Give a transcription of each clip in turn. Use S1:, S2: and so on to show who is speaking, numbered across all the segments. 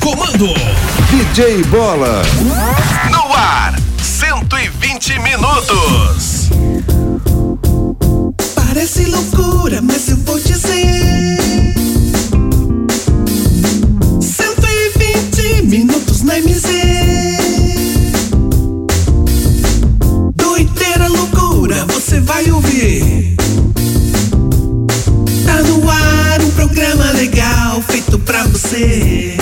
S1: Ronaldo.
S2: DJ Bola.
S1: No ar, 120 minutos.
S3: Parece loucura, mas eu vou dizer. 120 minutos na MZ. Doideira, loucura, você vai ouvir. Tá no ar um programa legal feito pra você.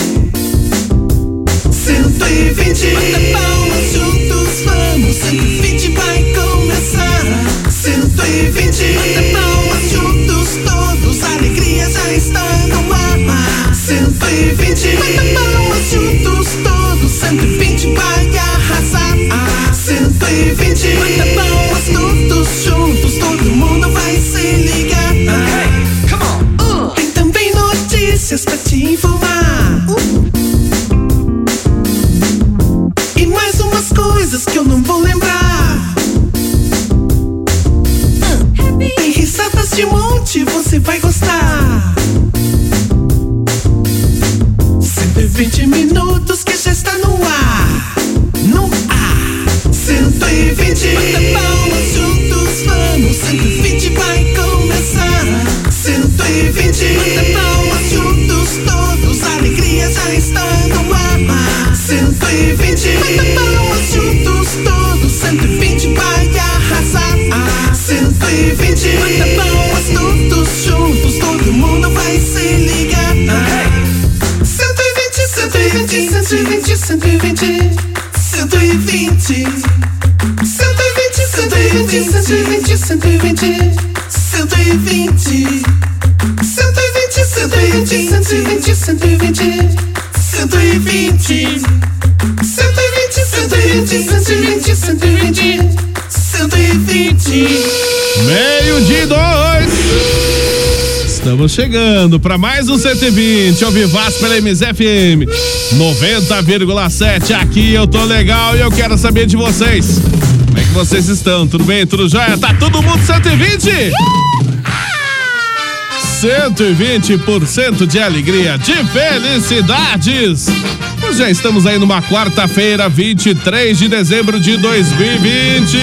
S3: 120 Bata palmas juntos, vamos 120 vai começar 120 Bata palmas juntos, todos a alegria já está no ar 120 Bata palmas juntos, todos 120 vai arrasar 120 Bata palmas todos juntos, todo mundo vai se ligar Tem também notícias pra te informar e mais umas coisas que eu não vou lembrar. Tem risadas de monte, você vai gostar. 120 minutos que já está no ar. No ar. 120. Bata palmas juntos, vamos. 120 vai começar. 120. Bata palmas juntos, todos. A alegria já está no ar. 120. Bata palmas juntos, todos. 120 vai arrasar. 120. Bata palmas todos juntos, todo mundo vai se ligar. 120, 120, 120, 120, 120. 120, 120, 120, 120, 120. 120, 120, 120, 120, 120. 120, 120, 120, 120, 120.
S4: Meio de dois. Estamos chegando para mais um 120 ao Vivaz pela MZFM 90,7. Aqui eu tô legal e eu quero saber de vocês. Como é que vocês estão? Tudo bem? Tudo jóia? Tá todo mundo 120? 120% de alegria, de felicidades. Nós já estamos aí numa quarta-feira, 23 de dezembro de 2020.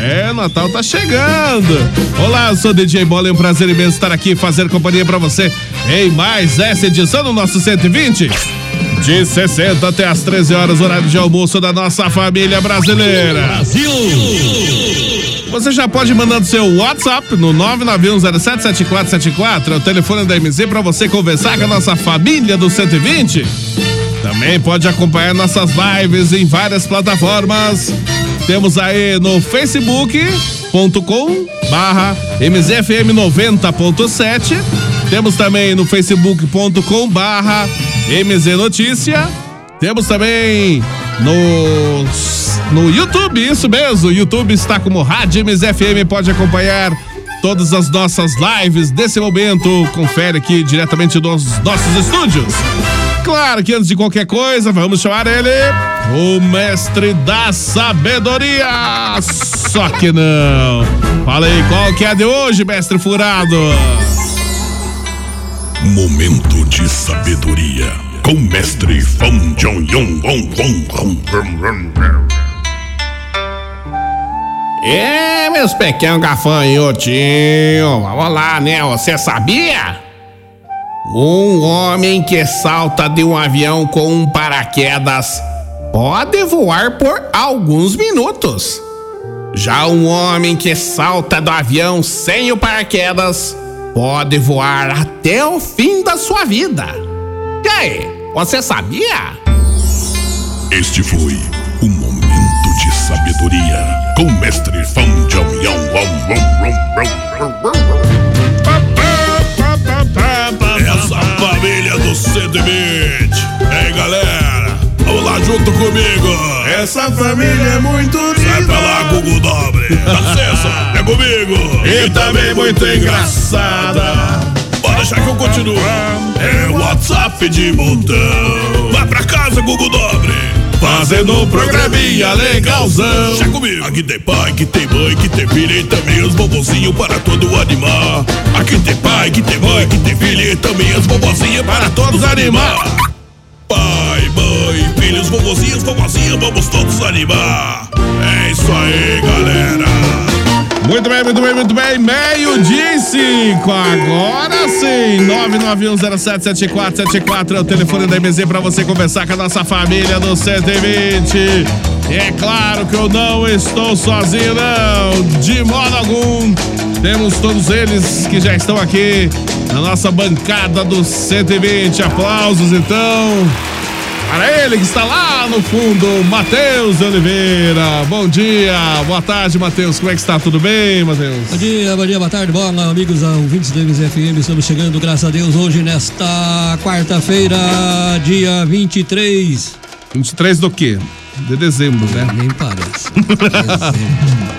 S4: É, Natal tá chegando. Olá, eu sou DJ Bola, é um prazer imenso estar aqui e fazer companhia pra você em mais essa edição do nosso 120. De 60 até as 13 horas, horário de almoço da nossa família brasileira. Você já pode mandar o seu WhatsApp no 991077474, é o telefone da MZ para você conversar com a nossa família do 120. Também pode acompanhar nossas lives em várias plataformas. Temos aí no facebook.com barra mzfm90.7 Temos também no facebook.com barra mznotícia temos também no, no YouTube, isso mesmo. O YouTube está como Rádio MZFM, pode acompanhar todas as nossas lives desse momento. Confere aqui diretamente dos nossos estúdios. Claro que antes de qualquer coisa, vamos chamar ele, o mestre da sabedoria. Só que não. Fala aí, qual que é a de hoje, mestre furado?
S5: Momento de sabedoria com mestre Fão Jong Yong Wong Wong Wong Wong Wong Wong.
S6: É, meus pequenos gafanhotinhos, vamos lá, né? Você sabia? Um homem que salta de um avião com um paraquedas pode voar por alguns minutos. Já um homem que salta do avião sem o paraquedas pode voar até o fim da sua vida. E aí, você sabia?
S5: Este foi o momento de sabedoria com mestre Fão Jong Yong Wong Wong Wong Wong Wong. Essa família do 120. Ei, galera, vamos lá junto comigo. Essa família é muito linda. Sai pra lá, Google Dobre. Dá licença, é comigo. E também muito engraçada. Bora deixar que eu continuo. É WhatsApp de montão. Vai pra casa, Google Dobre. Fazendo um programinha legalzão. Já comigo. Aqui tem pai, que tem mãe, que tem filha e também os bobozinhos para todo animar. Aqui tem pai, que tem mãe, que tem filha e também as bobozinhas para todos animar. Pai, vovozinhos, vovozinhos, vamos todos animar. É isso aí, galera.
S4: Muito bem, muito bem, muito bem. Meio-dia e cinco. Agora sim. 991077474 é o telefone da MZ para você conversar com a nossa família do 120. E é claro que eu não estou sozinho, não. De modo algum. Temos todos eles que já estão aqui na nossa bancada do 120. Aplausos, então. Para ele que está lá no fundo, Matheus de Oliveira. Bom dia, boa tarde, Matheus. Como é que está? Tudo bem, Matheus?
S7: Bom dia, bom dia, boa tarde, bola, amigos ouvintes da MZFM. Estamos chegando, graças a Deus, hoje nesta quarta-feira, dia 23.
S4: 23 do quê? De dezembro, né?
S7: Nem parece.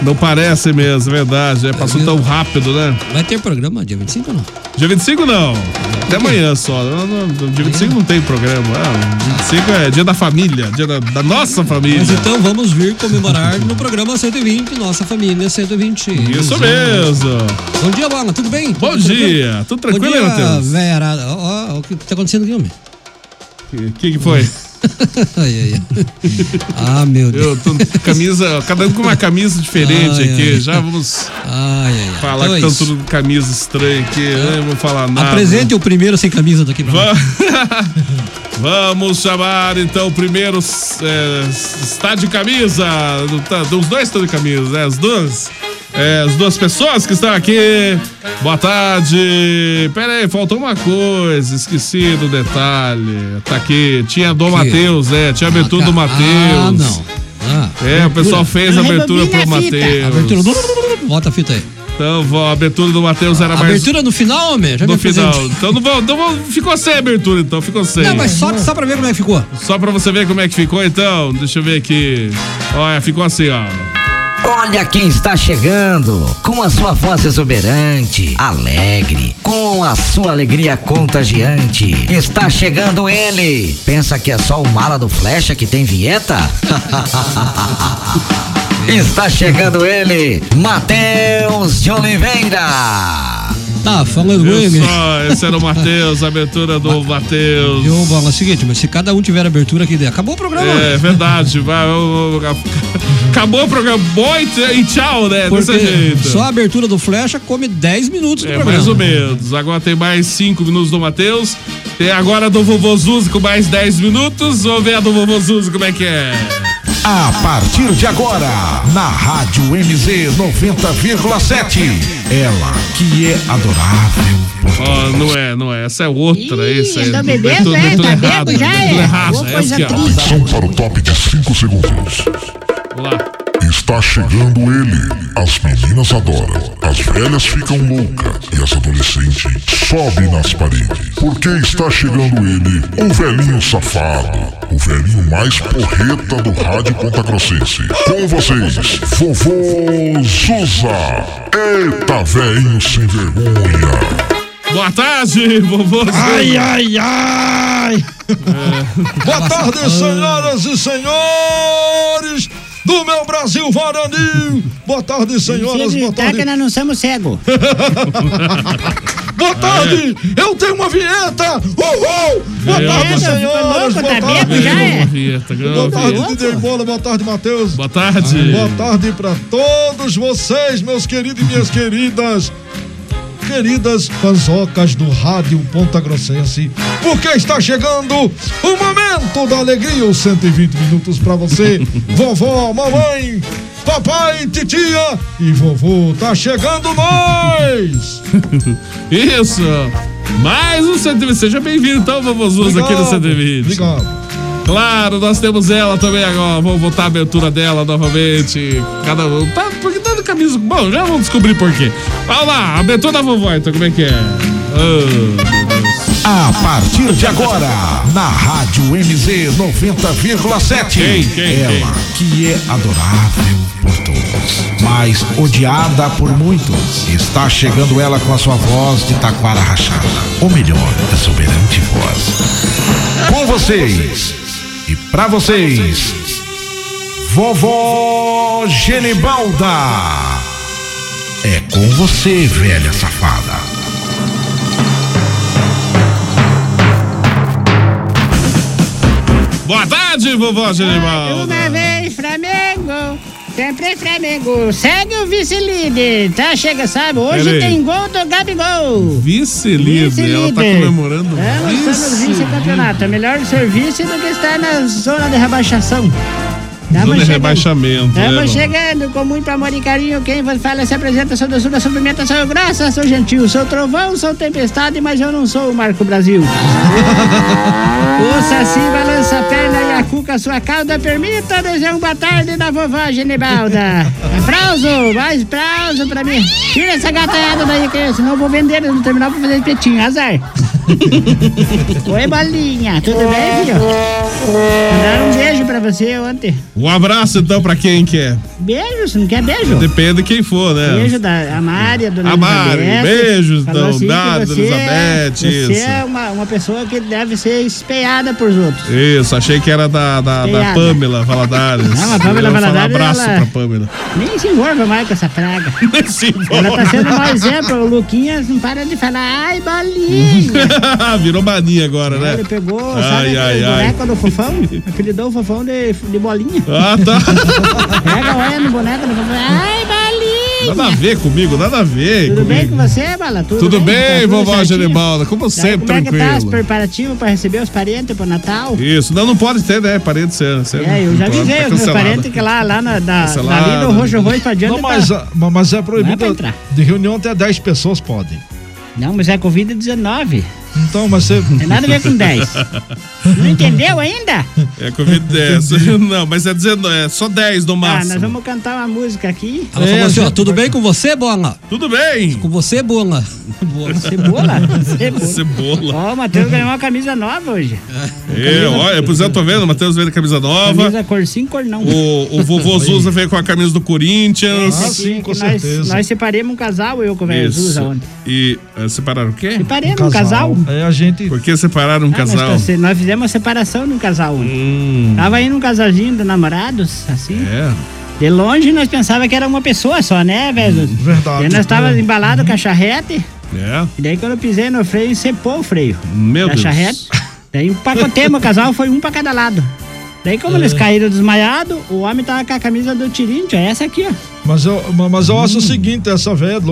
S4: Não parece mesmo, é verdade. É, passou
S7: mesmo.
S4: tão rápido, né?
S7: Vai ter programa dia 25 ou não?
S4: Dia 25 não. Até amanhã só. Não, não, dia 25 não tem programa. Ah, 25 é dia da família, dia da, da nossa família.
S7: Mas então vamos vir comemorar no programa 120, nossa família 120.
S4: Isso mesmo.
S7: Bom dia, bola, tudo bem?
S4: Bom
S7: Tudo
S4: dia. Tudo
S7: Bom
S4: tranquilo,
S7: dia,
S4: Matheus?
S7: Vera. Ó, ó, o que tá acontecendo aqui, homem?
S4: O que, que foi?
S7: Ai, ai, ai. Ah, meu Deus.
S4: Eu tô camisa, cada um com uma camisa diferente
S7: Ai,
S4: aqui.
S7: ai.
S4: Já vamos
S7: Ai, ai, É. ai.
S4: falar
S7: Então é
S4: que estão
S7: isso.
S4: tudo com camisa estranha aqui. Eu não vou falar nada.
S7: Apresente o primeiro sem camisa daqui pra
S4: Va-
S7: nós.
S4: Vamos chamar então o primeiro é, está de camisa. não tá- Os dois estão de camisa, né? As duas. é, as duas pessoas que estão aqui. Boa tarde. Pera aí, faltou uma coisa. Esqueci do detalhe. Tá aqui. Tinha do Matheus, né? Tinha a abertura do Matheus.
S7: Ah, não. Ah,
S4: É, o pessoal fez a abertura pro
S8: é
S4: Matheus.
S7: abertura do... Bota a fita aí.
S4: Então, vó, a abertura do Matheus era mais
S7: Abertura no final, homem? Já
S4: no
S7: me apresente.
S4: final. Então não vou, não vou- ficou sem a abertura, então, ficou sem.
S7: Não, mas só, só pra ver como é que ficou.
S4: Só pra você ver como é que ficou, então, deixa eu ver aqui. Olha, ficou assim, ó.
S9: Olha quem está chegando, com a sua voz exuberante, alegre, com a sua alegria contagiante. Está chegando ele. Pensa que é só o mala do flecha que tem vinheta? está chegando ele, Matheus de Oliveira.
S7: Tá, falando
S4: Viu
S7: bem, homem.
S4: só, esse era o Matheus, a abertura do Matheus.
S7: Viu, bola? É o seguinte, mas se cada um tiver abertura aqui, daí acabou o programa.
S4: É verdade, vai. eu- eu- Acabou o programa. Bom e t- e tchau, né? Desse
S7: Porque
S4: jeito.
S7: só a abertura do Flecha come 10 minutos do
S4: É,
S7: programa.
S4: mais ou menos. Agora tem mais 5 minutos do Matheus. Tem agora a do Vovô Zuzi com mais 10 minutos. Vamos ver a do Vovô Zuzi como é que é.
S2: A partir de agora, na Rádio MZ 90,7. Ela que é adorável.
S4: Ó, não é, não é. Essa é outra.
S8: Ih,
S4: isso aí.
S8: tá bebendo,
S4: Abertura-
S8: é?
S4: abertura
S8: Tá
S4: errada,
S8: bebo já,
S4: abertura
S8: é?
S4: errada,
S8: Ô,
S4: essa
S8: coisa
S4: aqui, ó.
S8: triste.
S10: Atenção para o top de 5 segundos.
S4: Vamos lá.
S10: Está chegando ele. As meninas adoram, as velhas ficam loucas e as adolescentes sobem nas paredes. Porque está chegando ele, o velhinho safado, o velhinho mais porreta do rádio pontagrossense. Com vocês, vovô Zuza. Eita, velhinho sem vergonha.
S4: Boa tarde, vovô Zuzi.
S2: ai, ai. Boa tarde, senhoras e senhores do meu Brasil varonil. Boa tarde,
S8: Se
S2: senhoras, boa
S8: gritar que
S2: tarde.
S8: nós não somos cegos.
S2: Boa tarde, eu tenho uma vinheta. Uhul. Boa
S4: Vinheta.
S2: tarde,
S8: Ficou
S2: senhoras,
S8: louco,
S2: boa
S8: tá
S2: tarde.
S8: bêbado já, é?
S4: Vinheta,
S2: Boa tarde,
S4: vinheta.
S2: DJ Bola, boa tarde, Matheus.
S4: Boa tarde.
S2: Boa tarde para todos vocês, meus queridos e minhas queridas. Queridas panzocas do Rádio Ponta Grossense, porque está chegando o momento da alegria. Os 120 minutos para você, vovó, mamãe, papai, titia e vovô. Tá chegando nós!
S4: Isso. Mais um 120. Seja bem-vindo, então, vovô Zuzi, aqui no 120.
S2: Obrigado.
S4: Claro, nós temos ela também agora. Vamos botar a abertura dela novamente. Cada um. Tá, porque tá no camisa. Bom, já vamos descobrir por quê. Olha lá, a abertura da vovó, então, como é que é? Ah, meu Deus.
S2: A partir de agora, na Rádio MZ 90,7.
S4: Quem, quem,
S2: Ela que é adorável por todos, mas odiada por muitos. Está chegando ela com a sua voz de taquara rachada. Ou melhor, exuberante voz. Com vocês e pra vocês, vovó Genibalda. É com você, velha safada.
S4: Boa tarde, tarde, vovó Genivalda.
S8: Uma vez Flamengo, sempre Flamengo. Segue o vice-líder, tá? Chega, sabe? Hoje
S4: Peraí.
S8: tem gol do Gabigol.
S4: Vice-líder, ela tá
S8: Vice-líder.
S4: comemorando.
S8: É, nós estamos
S4: vice-
S8: vice-campeonato. É melhor ser vice do que estar na zona de rebaixação.
S4: Zona de
S8: chegando.
S4: rebaixamento. né,
S8: Estamos
S4: vovó?
S8: chegando com muito amor e carinho. Quem vos fala se apresenta, sou doçura, sou pimenta, sou graça, sou gentil, sou trovão, sou tempestade, mas eu não sou o Marco Brasil. o Saci balança a perna e a cuca sua cauda. Permita desejar uma boa tarde da vovó Genibalda. Aplauso, mais aplauso pra mim. Tira essa gataiada daí, que senão eu vou vender no terminal pra fazer espetinho. Azar. Oi, bolinha. Tudo bem, filho? Mandar um beijo pra você ontem.
S4: Um abraço então pra quem quer.
S8: Beijo, você não quer beijo?
S4: Depende de quem for, né?
S8: Beijo da a Mária, dona
S4: A Mari,
S8: Elizabeth.
S4: beijos,
S8: Falou assim que
S4: dona- da
S8: você
S4: Elizabeth,
S8: é- Você
S4: isso.
S8: é uma, uma pessoa que deve ser espelhada por outros.
S4: Isso, achei que era da, da, da
S8: Obrigada.
S4: Pamela Valadares.
S8: Não, a Pamela
S4: Eu vou falar Um
S8: Valadares,
S4: abraço
S8: ela-
S4: pra Pamela. Tipo.
S8: Nem se envolva mais com essa praga.
S4: Sim,
S8: Ela tá sendo um mau exemplo. O Luquinhas não para de falar, ai, bolinha.
S4: Virou mania agora, né?
S8: Ele pegou,
S4: Ai,
S8: sabe,
S4: ai,
S8: o
S4: ai.
S8: boneco do fofão? Apelidou o fofão de, de bolinha.
S4: Ah, tá.
S8: Pega, olha no boneco do fofão, ai, bolinha.
S4: Nada a ver comigo, nada a ver.
S8: Tudo bem
S4: comigo.
S8: com você, Bala? Tudo,
S4: Tudo
S8: Tá
S4: bem,
S8: tudo
S4: vovó
S8: certinho?
S4: Genibalda? Como sempre,
S8: Como é que tá os
S4: tranquilo.
S8: preparativos pra receber os parentes pro Natal?
S4: Isso, não, não pode ter, né? Parente ser. ser-
S8: É, eu já
S4: tá
S8: avisei os meus
S4: cancelado.
S8: parentes que lá, lá na, da,
S4: Cancelado.
S8: dali do Rojo Arroz pra adiante.
S2: Ah, Não, mas,
S8: tá-
S2: ah, ma- mas é proibido
S8: Não é pra entrar.
S2: de reunião até 10 pessoas podem.
S8: Não, mas é Covid-19.
S2: Então, mas você.
S8: Tem É nada a ver com 10. Não entendeu ainda?
S4: É Covid é, só- Não, mas é, 19, é só 10 no
S8: Ah, nós
S4: máximo.
S8: vamos cantar uma música aqui.
S7: Ela falou assim, ó, tudo bem com você, Bola?
S4: Tudo bem.
S7: Com você, Bola. Bola.
S8: Cebola? Cebola.
S4: Cebola.
S8: Ó, o Matheus ganhou uma camisa nova hoje.
S4: É, olha, por exemplo, tô vendo, o Matheus veio da camisa nova.
S8: Camisa cor sim, cor não.
S4: O, o vovô Zuza veio com a camisa do Corinthians.
S2: Ah, sim, com
S8: nós,
S2: certeza.
S8: Nós separemos um casal, eu com o velho Zuza
S4: Isso.
S8: ontem.
S4: E eh, separaram o quê?
S8: Separemos um casal?
S2: Aí
S7: É,
S2: a gente.
S4: Por que separaram um
S8: Ah, nós
S4: casal?
S8: tá- nós fizemos uma separação num casal ontem.
S4: Hum,
S8: Tava indo um casalzinho de namorados, assim.
S4: é.
S8: De longe nós pensava que era uma pessoa só, né, velho?
S4: Hum,
S2: Verdade.
S8: Daí nós tava embalado com a charrete,
S4: Uhum. É.
S8: e daí quando eu pisei no freio, encepou o freio.
S4: Meu
S8: da
S4: Deus.
S8: charrete. Daí empacotemos o casal, foi um pra cada lado. Daí
S4: É.
S8: como eles caíram desmaiados, o homem tava com a camisa do Tirinho, é essa aqui, ó.
S2: Mas eu, ma- mas eu acho o seguinte: essa velha é louca.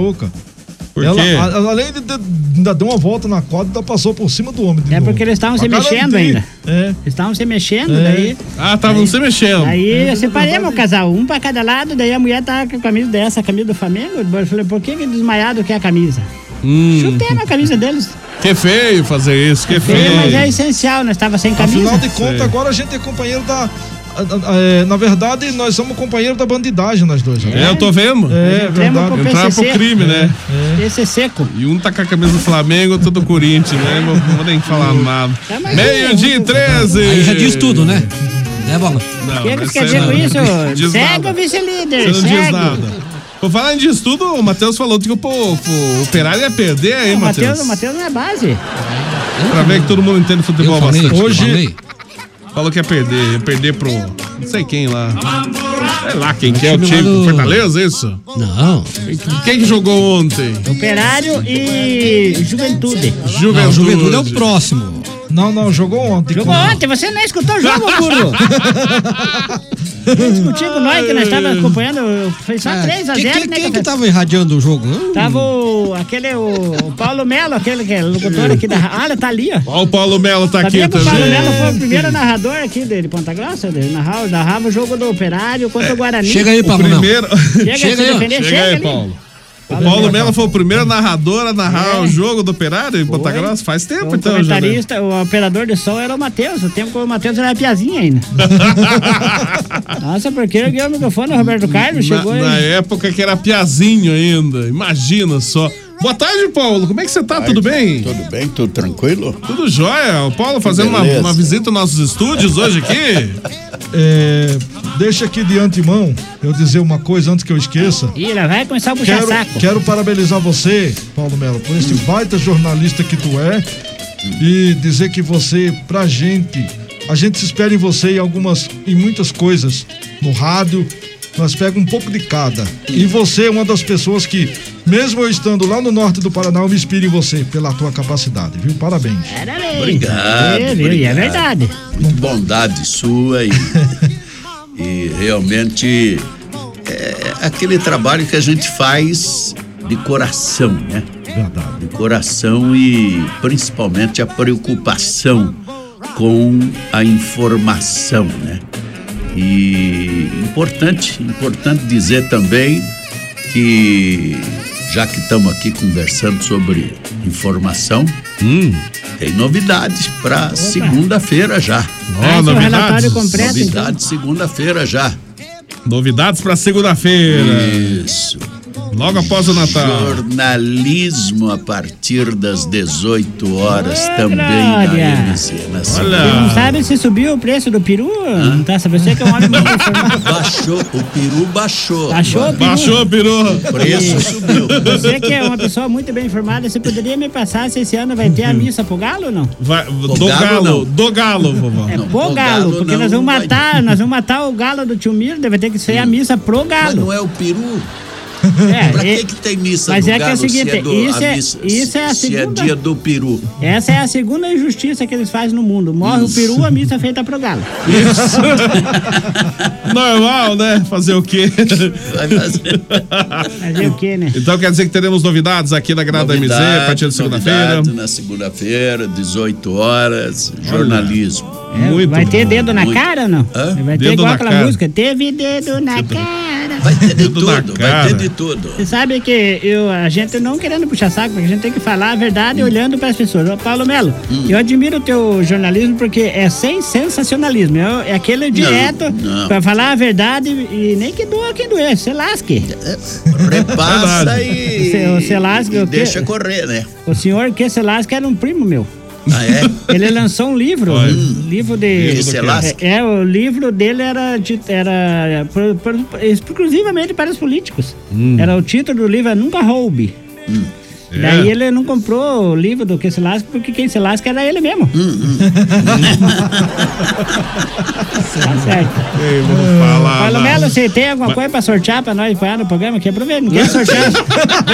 S4: Por
S2: ela,
S4: quê?
S2: a- ela, além de, de ainda deu uma volta na corda, ainda passou por cima do homem. de
S8: É
S2: novo.
S8: porque eles estavam se
S2: Pra
S8: mexendo
S2: garantir.
S8: ainda.
S2: É.
S8: Eles estavam se mexendo,
S2: É.
S8: daí...
S4: Ah, estavam se mexendo.
S8: Aí eu separemos o casal, um pra cada lado, daí a mulher tava com a camisa dessa, a camisa do Flamengo. Eu falei, por que que desmaiado que é a camisa?
S4: Hum,
S8: Chutei na camisa deles.
S4: que feio fazer isso, que feio.
S8: Sim, mas é essencial, nós tava sem camisa.
S2: Afinal de contas,
S4: Sei.
S2: agora a gente é companheiro da. a- a- a- é, na verdade, nós somos companheiro da bandidagem, nós dois. né?
S4: É, eu tô vendo.
S2: É,
S8: Entremos
S2: verdade.
S8: pro
S4: Entraram pro
S8: PCC.
S4: crime, né?
S8: Esse seco.
S4: E um tá com a camisa do Flamengo, outro do Corinthians, né? Não vou nem falar nada.
S8: Tá, mas-
S4: Meio-dia e 13.
S7: Aí já diz tudo, né? Né, Bola?
S4: Não,
S8: O é que que
S4: mas é,
S8: você quer dizer
S4: não-
S8: com
S4: não
S8: isso?
S4: diz
S8: Segue
S4: nada.
S8: o vice-líder,
S4: Você não diz
S8: segue.
S4: nada. Por falar em disso tudo, o Matheus falou que o, pô, o Operário ia perder aí,
S8: O Matheus,
S4: Matheus.
S8: o Matheus não é base.
S4: Pra ver que todo mundo entende futebol
S7: Eu falei,
S4: bastante.
S7: eu
S4: Hoje
S7: falei.
S4: falou que ia perder, ia perder pro. Não sei quem lá. Sei lá quem que é o
S7: time lá
S4: time.
S7: do-
S4: Fortaleza, isso?
S7: Não.
S4: Quem que jogou ontem?
S8: É Operário e juventude.
S4: Juventude.
S7: Não, o Juventude é o próximo.
S2: Não, não, jogou ontem.
S8: Jogou ontem, você não escutou o jogo, burro. Discutiu com nós que nós estávamos acompanhando, foi só
S7: É,
S8: 3 a
S7: quem-
S8: 0
S7: quem,
S8: né?
S7: quem que
S8: café?
S7: tava irradiando o jogo? Eu-
S8: Tava Tá, o, aquele, é o, o Paulo Melo, aquele que é locutor aqui da. ra- Olha, tá ali, ó.
S4: Ó, o Paulo Melo tá aqui
S8: Sabia que o Paulo
S4: também.
S8: Melo foi o primeiro narrador aqui de de Ponta Grossa? Ele narrava, narrava o jogo do Operário contra o Guarani.
S7: Chega aí,
S4: É, O
S7: Paulo. Melo.
S4: primeiro.
S8: Chega,
S7: Chega
S8: se
S7: aí, ó.
S8: defender, chega,
S4: Chega aí,
S8: ali.
S4: Paulo. O Paulo Melo foi o primeiro narrador a
S8: É.
S4: narrar o jogo do Operário em Ponta Grossa. Faz tempo,
S8: O
S4: então, já. né?
S8: um comentarista, o operador de som era o Matheus. O tempo que o Matheus era piazinha ainda. Nossa, porque eu ganhei o microfone, o Roberto Carlos
S4: Na,
S8: chegou
S4: na
S8: aí.
S4: época que era piazinho ainda. Imagina só. Boa tarde, Paulo. Como é que você tá? Tudo bem?
S11: Tudo bem? Tudo tranquilo?
S4: Tudo jóia. O Paulo fazendo uma,
S11: beleza.
S4: uma visita aos nossos estúdios hoje aqui.
S2: É, deixa aqui de antemão eu dizer uma coisa antes que eu esqueça.
S8: Ih, lá vai começar a puxar
S2: Quero,
S8: saco.
S2: quero parabenizar você, Paulo Melo, por esse baita jornalista que tu é e dizer que você, pra gente, a gente se espera em você em algumas, em muitas coisas, no rádio, Nós pegamos um pouco de cada. E você é uma das pessoas que, mesmo eu estando lá no norte do Paraná, eu me inspiro em você pela tua capacidade, viu? Parabéns.
S8: Parabéns.
S12: Obrigado,
S8: Viu, viu? E É
S12: obrigado.
S8: verdade.
S12: Muito bondade sua e, e realmente é aquele trabalho que a gente faz de coração, né?
S2: Verdade.
S12: De coração e principalmente a preocupação com a informação, né? E importante, importante dizer também que já que estamos aqui conversando sobre informação,
S4: Hum.
S12: tem novidades para segunda-feira já.
S4: Ó,
S8: o
S4: novidades.
S8: relatório completo. então.
S12: Novidades segunda-feira já.
S4: Novidades pra segunda-feira.
S12: Isso.
S4: Logo após o Natal.
S12: Jornalismo a partir das 18 horas
S8: Ô,
S12: também
S8: Ah, Glória.
S12: na MZ. Na segunda.
S8: Não sabe se subiu o preço do peru? Não tá sabendo? Você que é um homem muito informado.
S12: Baixou, o peru baixou.
S8: Baixou o peru?
S4: Baixou, peru.
S12: O preço subiu.
S8: Você que é uma pessoa muito bem informada, você poderia me passar se esse ano vai ter
S12: Uhum.
S8: a missa pro galo ou não?
S4: Vai, do
S12: galo,
S4: galo,
S12: não.
S4: do galo, vovó.
S8: É
S12: Não,
S8: pro galo,
S12: pro galo
S8: porque
S12: não
S8: nós vamos
S12: vai.
S8: matar, nós vamos matar o galo do tio Miro, deve ter que ser a missa pro
S12: Mas
S8: galo.
S12: não é o peru?
S8: É,
S12: Pra
S8: e-
S12: que, que tem missa
S8: mas
S12: do
S8: é que é o
S12: galo
S8: seguinte,
S12: se é, do, a
S8: isso é-
S12: missa-
S8: isso é a
S12: se é
S8: segunda-
S12: dia do peru?
S8: essa é a segunda injustiça que eles fazem no mundo. Morre o peru, a missa é feita pro galo.
S4: Normal, né? Fazer o quê?
S12: Vai fazer.
S8: Fazer o quê, né?
S4: Então quer dizer que teremos novidades aqui na Grada MZ a partir de segunda-feira.
S12: novidade Na segunda-feira, 18 horas, jornalismo.
S8: É,
S4: Muito
S8: vai ter
S4: bom.
S8: dedo na
S12: muito.
S8: cara ou não?
S12: Hã?
S8: Vai ter
S4: Dedo
S8: igual
S4: na
S8: aquela
S4: cara.
S8: música. Teve dedo na cara.
S12: tá- Vai ter de
S4: Dedo na
S12: tudo, vai
S4: cara.
S12: ter de tudo.
S8: Você sabe que eu, a gente não querendo puxar saco, mas a gente tem que falar a
S12: Hum.
S8: verdade olhando para as pessoas. Ô, Paulo Melo, eu admiro o teu jornalismo porque é sem sensacionalismo. É, é aquele direto
S12: não.
S8: para falar a verdade e nem que doa quem doer, você lasque.
S12: É, Repassa e.
S8: Você- você lasca
S12: e
S8: o quê?
S12: deixa correr, né?
S8: O senhor que se lasca era um primo meu.
S12: Ah, é?
S8: Ele lançou um livro,
S4: Olha.
S8: um livro de.
S12: Que se lasque.
S8: é, é, o livro dele era, de- era pro- pro- exclusivamente para os políticos.
S4: Hum.
S8: Era o título do livro é Nunca Roube. Daí
S4: É.
S8: ele não comprou o livro do que se lasca, porque quem se lasca era ele mesmo.
S4: Hum,
S8: tá certo.
S4: Ei, vamos falar.
S8: Paulo
S4: lá.
S8: Melo, você tem alguma coisa pra sortear pra nós apoiar no programa? Que aproveita, não quer sortear,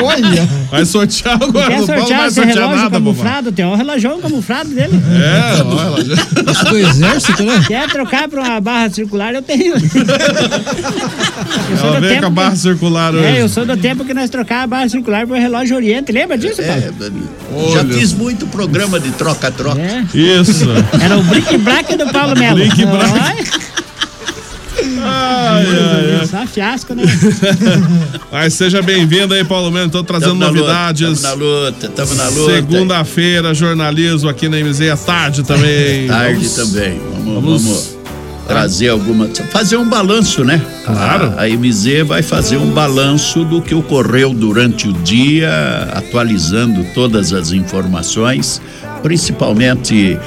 S2: Olha,
S4: Vai sortear
S8: não
S4: agora,
S8: quer
S4: não vamos
S8: sortear
S4: mais
S8: esse
S4: sortear
S8: relógio
S4: nada, vovó.
S8: camuflado, tem um relógio camuflado dele.
S4: É, olha lá.
S6: Isso do exército, né?
S8: Quer trocar pra uma barra circular, eu tenho. Eu sou
S4: Ela
S8: do
S4: veio
S8: tempo
S4: com a barra
S8: que-
S4: circular
S8: É, eu
S4: hoje.
S8: sou do tempo que nós trocava a barra circular pro relógio Oriente. Lembra disso, Paulo?
S12: É, já fiz muito programa de troca-troca.
S8: É.
S4: Isso.
S8: Era o Brick Black do Paulo Melo.
S4: Brick Black.
S8: Black.
S4: Ai, ai, ai.
S8: Só fiasco, né?
S4: Mas seja bem-vindo aí, Paulo Melo. Estou trazendo
S12: Tamo na luta,
S4: novidades.
S12: Tamo na luta, tamo na luta.
S4: Segunda-feira, jornalismo aqui na MZ à tarde também.
S12: Tarde
S4: Vamos-
S12: também. Vamos,
S4: vamos-
S12: vamos, trazer alguma. Fazer um balanço, né?
S4: Claro.
S12: A, a MZ vai fazer um balanço do que ocorreu durante o dia, atualizando todas as informações, principalmente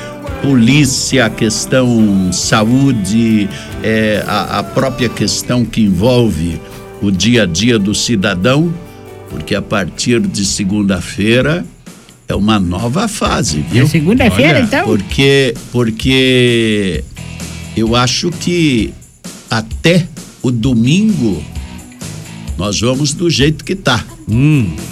S12: polícia, questão saúde, eh, a- a própria questão que envolve o dia a dia do cidadão, porque a partir de segunda-feira é uma nova fase, viu?
S8: É segunda-feira,
S4: Olha,
S8: então?
S12: Porque, porque eu acho que até o domingo nós vamos do jeito que tá.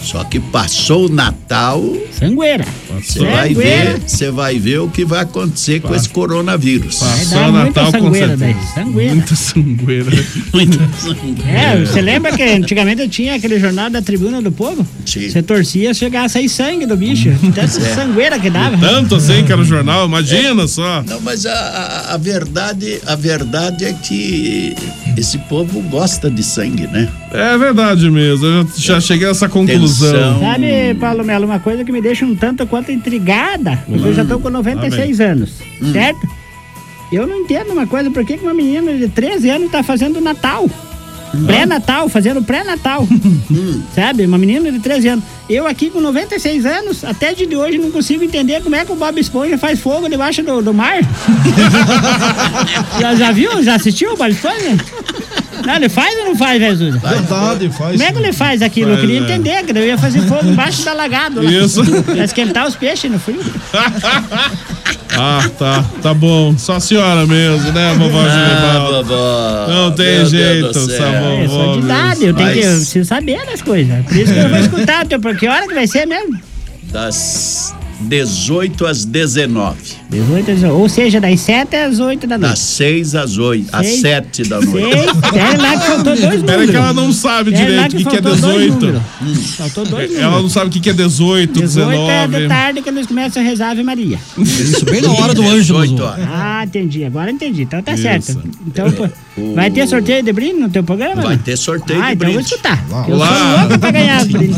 S12: Só que passou o Natal,
S8: Hum. Sangueira.
S12: você vai ver, você vai ver o que vai acontecer com esse coronavírus.
S8: Vai
S4: Passou
S8: dar
S4: o
S8: muita
S4: Natal, com
S8: sangueira,
S4: certeza.
S8: daí. Sangueira.
S4: Muita sangueira.
S12: Muito
S8: É, você lembra que antigamente tinha aquele jornal da Tribuna do Povo?
S12: Sim.
S8: Você torcia, chegava a sair sangue do bicho.
S6: Uhum.
S8: Tanta
S6: é.
S11: é.
S8: sangueira que dava.
S4: Tanto assim que era o jornal, imagina só.
S12: Não, mas a, a, a verdade, a verdade é que esse povo gosta de sangue, né?
S4: É verdade mesmo. Eu já, já cheguei a essa conclusão.
S12: Tensão.
S8: Sabe, Paulo Melo, uma coisa que me deixa um tanto quanto intrigada, porque eu já tô com 96 anos, certo? Eu não entendo uma coisa, por que que uma menina de 13 anos tá fazendo Natal? Pré-Natal, fazendo pré-Natal. Sabe? Uma menina de 13 anos. Eu aqui com 96 anos, até dia de hoje não consigo entender como é que o Bob Esponja faz fogo debaixo do, do mar. já, já viu? Já assistiu o Bob Esponja? né? Não, ele faz ou não faz, Jesus?
S2: verdade, faz.
S8: Como é que ele faz aquilo? Eu
S4: Faz,
S8: queria
S4: é.
S8: entender, que eu ia fazer fogo embaixo da lagada. lá.
S4: Isso.
S8: Pra esquentar os peixes no frio.
S4: Ah, tá. Tá bom. Só a senhora mesmo, né, vovó
S11: Ah,
S4: Genevaldo?
S11: vovó.
S4: Não tem
S11: Meu Deus
S4: jeito,
S11: do céu.
S4: essa vovó.
S8: Eu sou É, de idade, eu tenho que eu preciso saber das coisas. Por isso que eu vou escutar, teu, porque que hora que vai ser mesmo?
S11: Das 18 às 19.
S8: 18 às- Ou seja, das 7 às 8 da
S11: Das
S8: noite.
S11: 6 às 8. Às
S8: Seis.
S11: 7 da noite.
S8: Seis. Pera lá que faltou dois números.
S4: Pera que ela não sabe
S8: Pera lá
S4: direito o que, que é
S8: faltou dois
S4: 18.
S8: números. Faltou dois números.
S4: Ela não sabe o que, que é 18,
S8: 18 é da
S4: 19.
S8: tarde que nós começamos a rezar a Ave Maria.
S7: Isso, bem na hora do anjo.
S11: 18 horas.
S8: Ah, entendi. Agora entendi. Então tá
S4: Isso. É.
S8: certo. Então, pô,
S11: O-
S8: vai ter sorteio de brinde no teu programa?
S11: Vai
S8: não?
S11: ter sorteio
S8: Ah,
S11: de
S8: então eu vou
S11: brinde.
S8: escutar. Eu
S4: Olá.
S8: sou louco pra ganhar os brindes.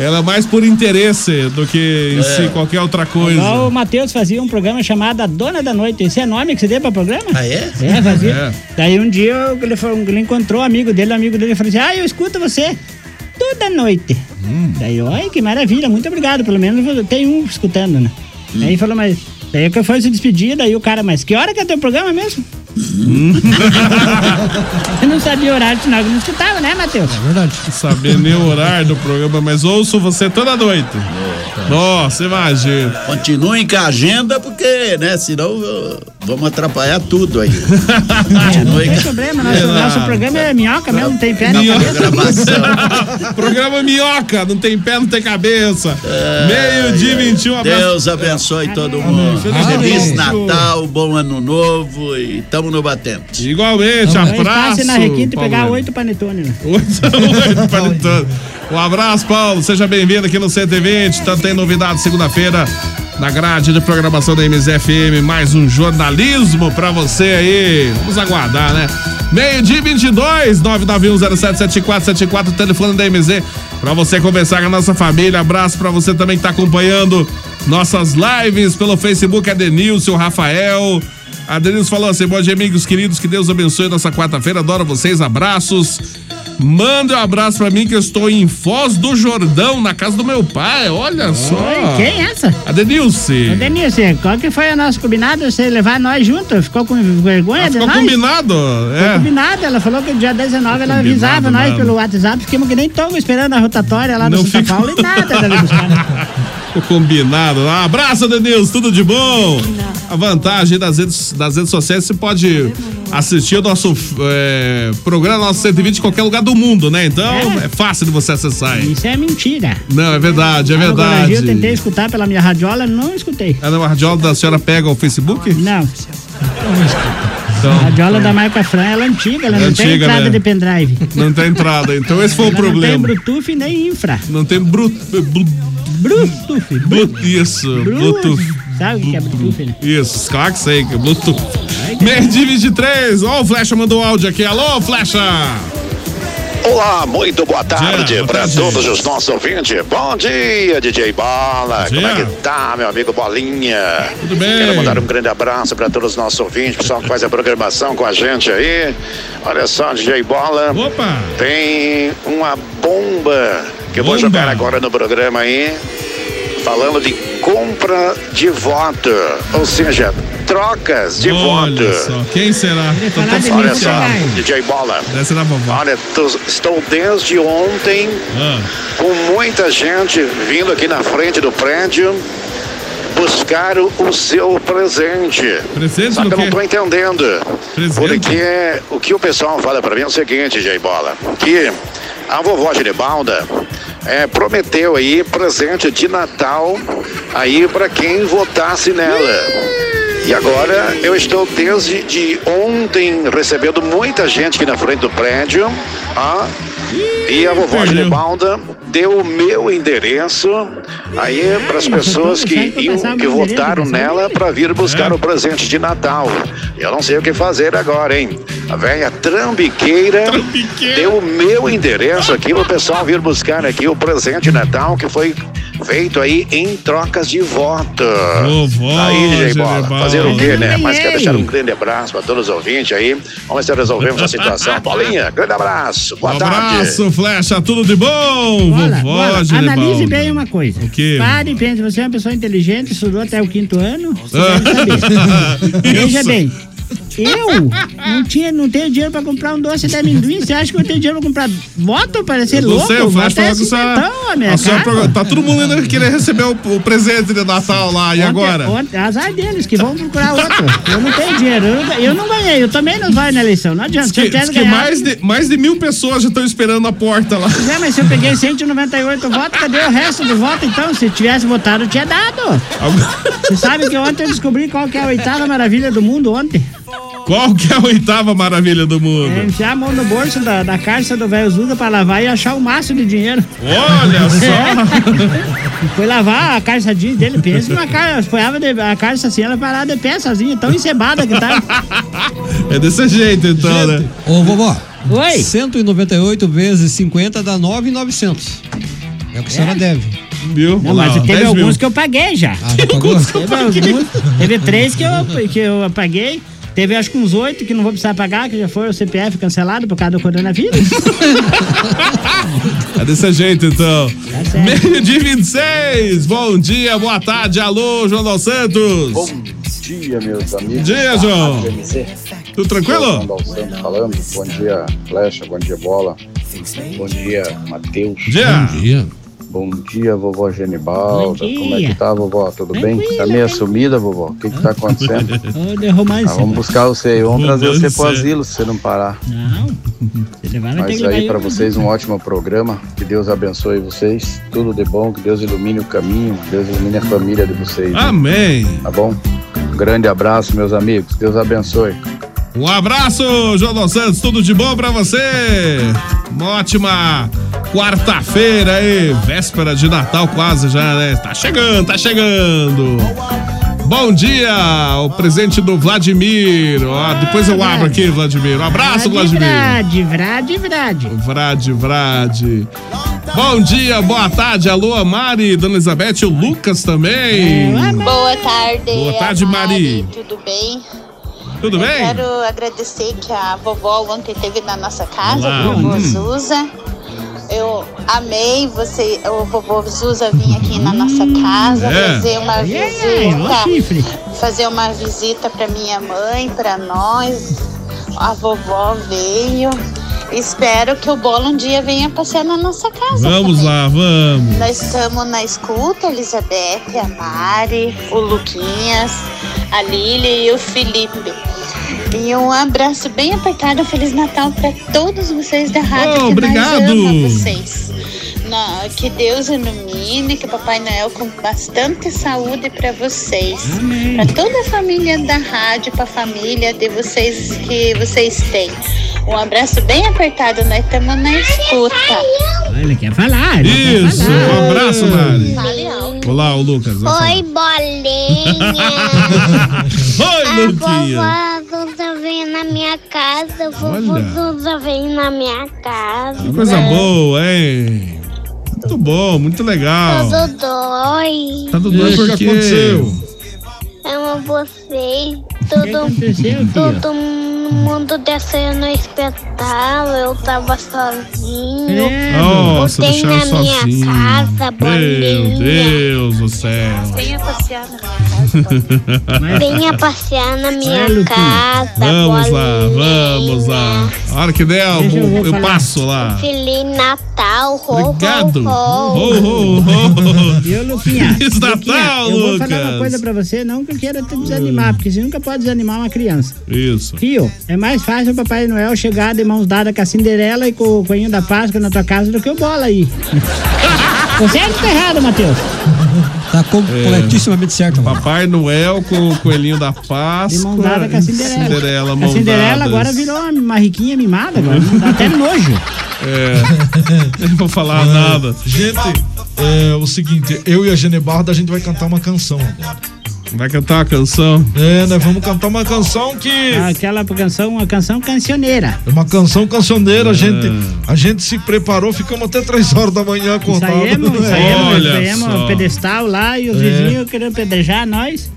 S4: Ela é mais por interesse do que
S11: É.
S4: em si qualquer outra coisa.
S8: Igual o Matheus fazia um programa chamado A Dona da Noite. Esse é nome que você deu pra programa?
S11: Ah, é?
S8: É, fazia.
S4: É.
S8: Daí um dia eu- ele, foi- ele encontrou um amigo dele, um amigo dele falou assim: Ah, eu escuto você toda noite. Daí, olha que maravilha, muito obrigado. Pelo menos tem um escutando, né? Aí falou, mas. Daí que eu fui se despedir, daí o cara, mas que hora que é teu programa mesmo?
S4: Hum?
S8: eu não sabia o horário, senão eu não escutava, né, Matheus?
S7: Verdade.
S4: Saber nem o horário do programa, mas ouço você toda noite. Nossa, imagina.
S11: Continuem com a agenda, porque, né? Senão uh, vamos atrapalhar tudo aí.
S8: É, não
S11: Continuem
S8: tem
S11: com
S8: problema, nosso, nosso programa é minhoca mesmo, não tem pé nem
S11: a
S8: cabeça.
S11: programação.
S4: Programa Minhoca, não tem pé, não tem cabeça.
S12: É,
S4: Meio-dia e 21, abraço.
S11: Deus abençoe todo mundo. Feliz Natal, bom ano novo e tamo no batente.
S8: Mas
S4: Igualmente,
S8: passe
S4: abraço.
S8: na Requinte e
S4: Paulo
S8: pegar
S4: Leme.
S8: oito panetones. né?
S4: Oito a oito, Panetone. Um abraço, Paulo. Seja bem-vindo aqui no 120. Tanto tem novidade segunda-feira na grade de programação da MZFM. Mais um jornalismo pra você aí. Vamos aguardar, né? Meio-dia e 22, 991077474, o telefone da MZ. Pra você conversar com a nossa família. Abraço pra você também que tá acompanhando nossas lives pelo Facebook. Adenilson, Rafael. A Denise falou assim: bom dia, amigos queridos, que Deus abençoe nossa quarta-feira, adoro vocês, abraços. Manda um abraço pra mim que eu estou em Foz do Jordão, na casa do meu pai, olha só.
S8: Oi, quem é essa?
S4: A Denilce.
S8: Ô, Denilson, qual que foi o nosso combinado? Você levar nós junto? Ficou com vergonha
S4: Ah,
S8: de
S4: ficou
S8: nós?
S4: combinado? É.
S8: Combinado, ela falou que dia 19 ela
S4: Combinado
S8: avisava nós
S4: nada.
S8: pelo WhatsApp, ficamos que nem tomo esperando a rotatória lá
S4: Não
S8: no São
S4: fica-
S8: Paulo e nada né, dela buscar.
S4: Ficou combinado. Um abraço, Denilce, tudo de bom. A vantagem das redes, das redes sociais, você pode assistir o nosso é, programa, nosso 120 em qualquer lugar do mundo, né? Então é,
S8: É.
S4: fácil de você acessar aí.
S8: Isso é mentira.
S4: Não, é verdade, é
S8: No Brasil,
S4: verdade.
S8: Eu tentei escutar pela minha radiola, não escutei.
S4: Ana Guardiola da senhora pega o Facebook?
S8: Não, a
S4: Então,
S8: radiola da marca Fran ela é antiga, ela
S4: É
S8: não
S4: antiga,
S8: tem entrada
S4: né?
S8: de pendrive.
S4: não tem entrada. Então esse foi o
S8: Ela Não
S4: problema.
S8: tem Bluetooth nem infra.
S4: Não tem bru- blu-
S8: Bluetooth.
S4: blu- Isso, Bluetooth.
S8: Sabe o que é Bluetooth, né?
S4: Isso, claro que sei, que é Bluetooth. Merdi 23, ó, o Flecha mandou áudio aqui. Alô, Flecha!
S13: Olá, muito boa tarde
S4: boa
S13: para
S4: tarde.
S13: todos os nossos ouvintes. Bom dia, DJ Bala.
S4: Bom
S13: Como é
S4: dia.
S13: que tá, meu amigo Bolinha?
S4: Tudo bem.
S13: Quero mandar um grande abraço para todos os nossos ouvintes, pessoal que faz a programação com a gente aí. Olha só, DJ Bola.
S4: Opa!
S13: Tem uma bomba que eu vou
S4: Bomba.
S13: jogar agora no programa aí. Falando de compra de voto, ou seja, trocas de
S4: Olha
S13: voto.
S4: só, quem será?
S8: falar de
S13: Então, Olha
S8: Isso
S13: só,
S8: é verdade.
S13: DJ Bola.
S4: Dessa da vovó.
S13: Olha, tô- estou desde ontem
S4: Ah,
S13: com muita gente vindo aqui na frente do prédio buscar o, o seu presente.
S4: presente
S13: Só que
S4: do
S13: eu não estou
S4: quê?
S13: entendendo.
S4: Presente?
S13: Porque o que o pessoal fala para mim é o seguinte, Jay Bola, que a vovó Geribalda eh, prometeu aí presente de Natal aí para quem votasse nela. E agora eu estou desde de ontem recebendo muita gente aqui na frente do prédio. Ah, e a vovó
S4: perdeu.
S13: Geribalda deu o meu endereço aí para as pessoas que,
S8: Consegue passar o
S13: que
S8: meu endereço,
S13: votaram
S8: pessoal?
S13: nela para vir buscar
S4: É.
S13: o presente de Natal. Eu não sei o que fazer agora, hein? A velha trambiqueira,
S4: Trambiqueira.
S13: deu o meu endereço aqui pro pessoal vir buscar aqui o presente de Natal que foi feito aí em trocas de voto.
S4: Vovó,
S13: aí, DJ Bola,
S4: Genebaldo.
S13: fazer o quê, né?
S8: Eu
S13: Mas quero
S8: ganhei.
S13: deixar um grande abraço para todos os ouvintes aí. Vamos ver se resolvemos a situação. Bolinha, grande abraço. Boa
S4: Um
S13: tarde.
S4: abraço, Flecha, tudo de bom?
S8: Bola,
S4: Vovó,
S8: bola, analise
S4: Geribaldo.
S8: bem uma coisa.
S4: O quê?
S8: Pare e pense, você é uma pessoa inteligente, estudou até o quinto ano, você deve saber. Veja
S4: Ah. Isso.
S8: bem. Eu não, tinha, não tenho dinheiro pra comprar um doce de amendoim. Você acha que eu tenho dinheiro pra comprar voto? Parecer
S4: Não
S8: louco?
S4: sei, o Flash
S8: Voto é
S4: falou que só-
S8: cimentão, a minha
S4: a senhora
S8: cara.
S4: pergunta- tá todo mundo ainda querendo receber o, o presente de Natal lá, e
S8: Ontem-
S4: agora?
S8: ontem- azar deles, que vão procurar outro. Eu não tenho dinheiro. Eu, não- eu não ganhei. Eu também não vai na eleição. Não adianta.
S4: Diz
S8: Se
S4: que,
S8: eu quero
S4: diz que
S8: ganhar-
S4: mais, de, mais de mil pessoas já estão esperando na porta lá.
S8: É, mas se eu peguei 198 votos, cadê o resto do voto então? Se tivesse votado, eu tinha dado. Você sabe que ontem eu descobri qual que é a oitava maravilha do mundo ontem?
S4: Qual que é a oitava maravilha do mundo?
S8: É enfiar a mão no bolso da, da caixa do velho Zuda pra lavar e achar o máximo de dinheiro.
S4: Olha
S8: só! Foi lavar a caixa jeans dele, pensa numa caixa, apoiava de- a caixa assim, ela parada de pé sozinha, tão encebada que tá.
S4: É desse jeito, então, né?
S7: Ô, vovó.
S8: Oi.
S7: 198 vezes 50 dá 9,900. É o que a senhora
S8: É?
S7: deve.
S4: né, Viu?
S8: Não, mas é teve alguns que eu paguei Ah, já. Teve, alguns, teve três que eu, que eu paguei. Teve acho que uns oito que não vou precisar pagar, que já foi o CPF cancelado por causa do coronavírus.
S4: É desse jeito, então.
S8: É
S4: Meio de 26. Bom dia, boa tarde. Alô, João dos Santos.
S14: Bom dia, meus amigos. Tá,
S4: Dia,
S14: da
S4: João.
S14: Rádio MC.
S4: Tudo tranquilo?
S14: Eu, Sandal Santos falando. Bom dia, Flecha. Bom dia, Bola. Bom dia, Matheus.
S4: Bom
S7: dia.
S14: Bom dia, vovó Genibalda.
S8: Bom dia.
S14: Como é que tá, vovó? Tudo bem? Tá meio assumida, vovó? O que que tá acontecendo?
S8: Ô, de romance.
S14: Ah, vamos buscar você aí. Vamos trazer você pro
S8: Romance.
S14: asilo se você não parar.
S8: Não. Se levar, vai ter
S14: Mas
S8: que levar
S14: aí
S8: eu
S14: para
S8: mesmo.
S14: vocês um ótimo programa. Que Deus abençoe vocês. Tudo de bom, que Deus ilumine o caminho, que Deus ilumine a família de vocês.
S4: Amém.
S14: Tá bom? Um grande abraço, meus amigos. Deus abençoe.
S4: Um abraço, João dos Santos. Tudo de bom pra você. Uma ótima quarta-feira aí. Véspera de Natal quase já, né? Tá chegando, tá chegando. Bom dia, o presente do Vladimir. Ó, depois eu abro aqui, Vladimir. Um abraço, Vladimir.
S8: Vrade, vrade, vrade.
S4: Vrade, Vrade. Bom dia, boa tarde, alô, Mari, Dona Elizabeth, o Lucas também.
S15: Boa tarde.
S4: Boa tarde, Mari.
S15: Tudo bem?
S4: Tudo
S15: Eu
S4: bem?
S15: Quero agradecer que a vovó ontem teve na nossa casa,
S4: Olá.
S15: a vovó
S4: Hum.
S15: Zuza. Eu amei você, o vovô Zuza vir aqui
S4: Hum.
S15: na nossa casa
S16: É.
S15: fazer uma tá?
S16: Ai, ai, ó o chifre.
S15: visita, fazer uma visita para minha mãe, para nós. A vovó veio. Espero que o bolo um dia venha passear na nossa casa.
S4: Vamos lá, vamos.
S15: Nós estamos na escuta, Elizabeth, a Mari, o Luquinhas, a Lili e o Felipe. E um abraço bem apertado, um Feliz Natal para todos vocês da rádio.
S4: Oh,
S15: que
S4: obrigado.
S15: Nós ama vocês. Na- que Deus ilumine, que Papai Noel com bastante saúde para vocês. Para toda a família da rádio, para a família de vocês que vocês têm. Um abraço bem apertado, nós estamos na escuta.
S8: Ele quer falar. Ele quer
S4: Isso,
S8: falar.
S4: um abraço, Mari. Olá, o Lucas.
S16: Oi, bolinha.
S4: Oi, Luquinha.
S16: A vovó Zuza vem na minha casa. A vovó
S4: Olha.
S16: Zuza vem na minha casa. Né?
S4: Que Coisa boa, hein? Muito bom, muito legal.
S16: Tudo dói. É
S4: Tá tudo bem
S16: Ixi,
S4: por
S16: o que
S4: quê?
S16: aconteceu? Amo vocês. Todo, todo mundo desceu no espetáculo. Eu tava sozinho.
S4: É, Nossa,
S16: Botei
S4: deixaram
S16: na minha
S4: sozinho.
S16: casa, bolinha.
S4: Meu Deus do céu.
S16: Venha passear na Venha passear na minha casa.
S4: Né? Vamos
S16: bolinha.
S4: lá, vamos lá. A hora que der, eu,
S16: Deixa eu ver
S4: eu
S16: falar.
S4: passo lá.
S16: Feliz Natal, ho,
S4: Obrigado.
S16: ho, ho.
S4: Ho, ho, ho.
S8: Viu, Luquinha?
S4: Feliz
S8: eu
S4: Natal,
S8: vou falar uma
S4: Lucas.
S8: coisa pra você, não que eu queira te desanimar, porque você nunca pode desanimar uma criança.
S4: Isso.
S8: Fio, é mais fácil o Papai Noel chegar de mãos dadas com a Cinderela e com o coelhinho da Páscoa na tua casa do que o bola aí. Você é que tá errado, Matheus.
S7: Tá completíssimamente certo.
S4: É. Papai Noel com o coelhinho da Páscoa.
S8: De mão dada com a Cinderela.
S4: Cinderela,
S8: a
S4: mão
S8: Cinderela
S4: dadas.
S8: agora virou uma- uma riquinha mimada, agora. Dá até nojo.
S4: É. Nem vou falar nada.
S2: Gente, é o seguinte, eu e a Genebarda, a gente vai cantar uma canção agora.
S4: Vai cantar uma canção?
S8: né?
S2: É, nós vamos cantar uma canção que.
S8: Ah, Aquela canção, uma canção cancioneira.
S2: É uma canção
S4: É.
S2: cancioneira, a gente, a gente se preparou, ficamos até três horas da manhã acordado.
S8: Saímos, saímos,
S2: Olha
S8: saímos
S2: só.
S8: o é pedestal lá e os
S2: É.
S8: vizinhos querendo pedrejar nós.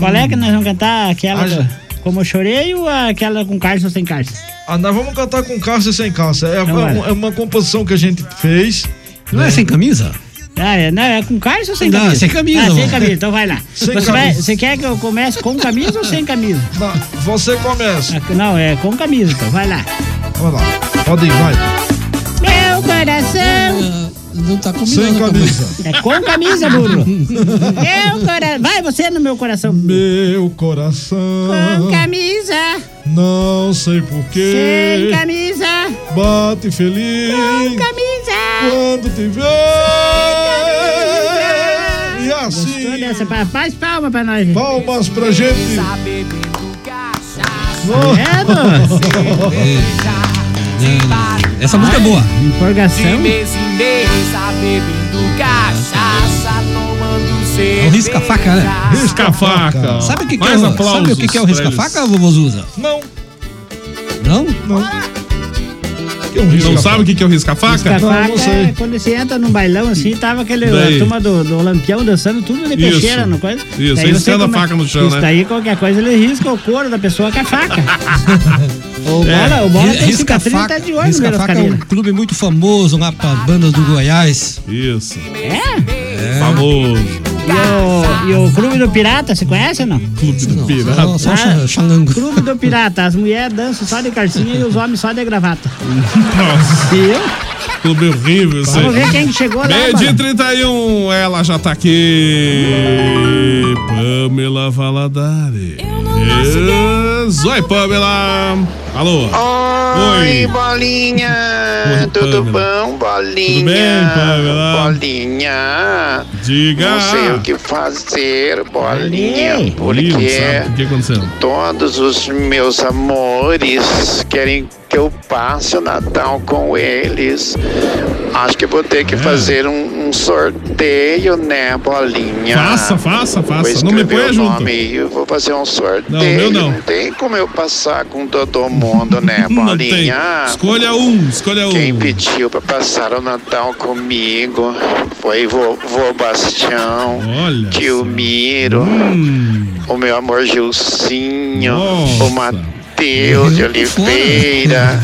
S8: Qual é que nós vamos cantar? Aquela do- como eu chorei ou aquela com cárcel ou sem cárcel?
S2: Ah, nós vamos cantar com calça e sem calça. É,
S8: Então
S2: é
S8: vai.
S2: uma- é uma composição que a gente fez.
S7: Não é sem camisa?
S8: Ah, é, não, é com calça ou sem
S7: Não,
S8: camisa?
S7: sem camisa,
S8: Ah, sem
S7: mano.
S8: camisa, então vai lá.
S7: Sem
S8: você, vai-
S7: camisa.
S8: você quer que eu comece com camisa ou sem camisa? Não, você começa. Não, é com camisa, então vai lá.
S2: Vai lá. Pode ir, vai.
S8: Meu coração. Não tá
S2: combinando Sem com a camisa.
S8: É com camisa, burro. Meu coração. Vai você no meu coração.
S2: Meu coração.
S8: Com camisa.
S2: Não sei porquê.
S8: Sem camisa.
S2: Bate feliz.
S8: Com camisa.
S2: Quando te vê. E assim.
S8: Gostou dessa? Pa- Faz palma pra nós.
S2: Palmas pra gente.
S8: Credo.
S7: Essa música é boa.
S8: Empolgação.
S7: É o risca-faca, né?
S4: Risca-faca.
S7: Sabe o que, que
S4: Mais
S7: é o,
S4: aplausos
S7: sabe o que, que é o
S4: pra
S7: risca-faca, vovozuza?
S2: Não.
S7: Não?
S2: Não.
S4: Não sabe o que que é o risca-faca?
S8: Risca-faca é quando você entra num bailão assim, tava aquele
S4: Daí.
S8: a turma do, do Lampião dançando tudo de
S4: Isso.
S8: peixeira, não coisa?
S4: Isso,
S8: Daí você
S4: riscando a faca no chão,
S8: Isso
S4: né?
S8: daí qualquer coisa ele risca o couro da pessoa com a faca. o
S4: É.
S8: bola, o bola tem cicatriz e tá de olho no
S7: Risca-faca é um
S8: Veroscarina.
S7: clube muito famoso lá pra bandas do Goiás.
S4: Isso.
S8: É?
S7: É.
S4: Famoso.
S8: E o, e o Clube do Pirata, você conhece ou não? Clube do
S7: Pirata. só- só xa- xangango.
S8: Clube do Pirata, as mulheres dançam só de calcinha e os homens só de gravata. Nossa. E eu?
S4: Clube horrível, isso
S8: Vamos
S4: aí.
S8: ver quem chegou lá.
S4: Meio dia
S8: mano.
S4: 31, ela já tá aqui. Pamela Valadares. Yes. Oi, Pamela. Alô.
S17: Oi, bolinha!
S4: Oi,
S17: Tudo
S4: Pamela.
S17: bom, bolinha?
S4: Tudo bem, Pamela?
S17: Bolinha!
S4: Diga.
S17: Não sei o que fazer, bolinha,
S4: Ih,
S17: porque
S4: sabe O que aconteceu?
S17: todos os meus amores querem que eu passe o Natal com eles. Acho que vou ter que
S4: É.
S17: fazer um, um sorteio, né, bolinha?
S4: Faça, faça, faça.
S17: Vou
S4: Não me
S17: escrever
S4: ponha
S17: o
S4: junto.
S17: nome e eu vou fazer um sorteio.
S4: Não, meu não.
S17: tem como eu passar com todo mundo, né,
S4: Não tem.
S17: bolinha?
S4: Escolha um, escolha um.
S17: Quem pediu pra passar o Natal comigo foi vovô Bastião, tio Miro,
S4: Hum.
S17: o meu amor Gilcinho, o Matheus de Oliveira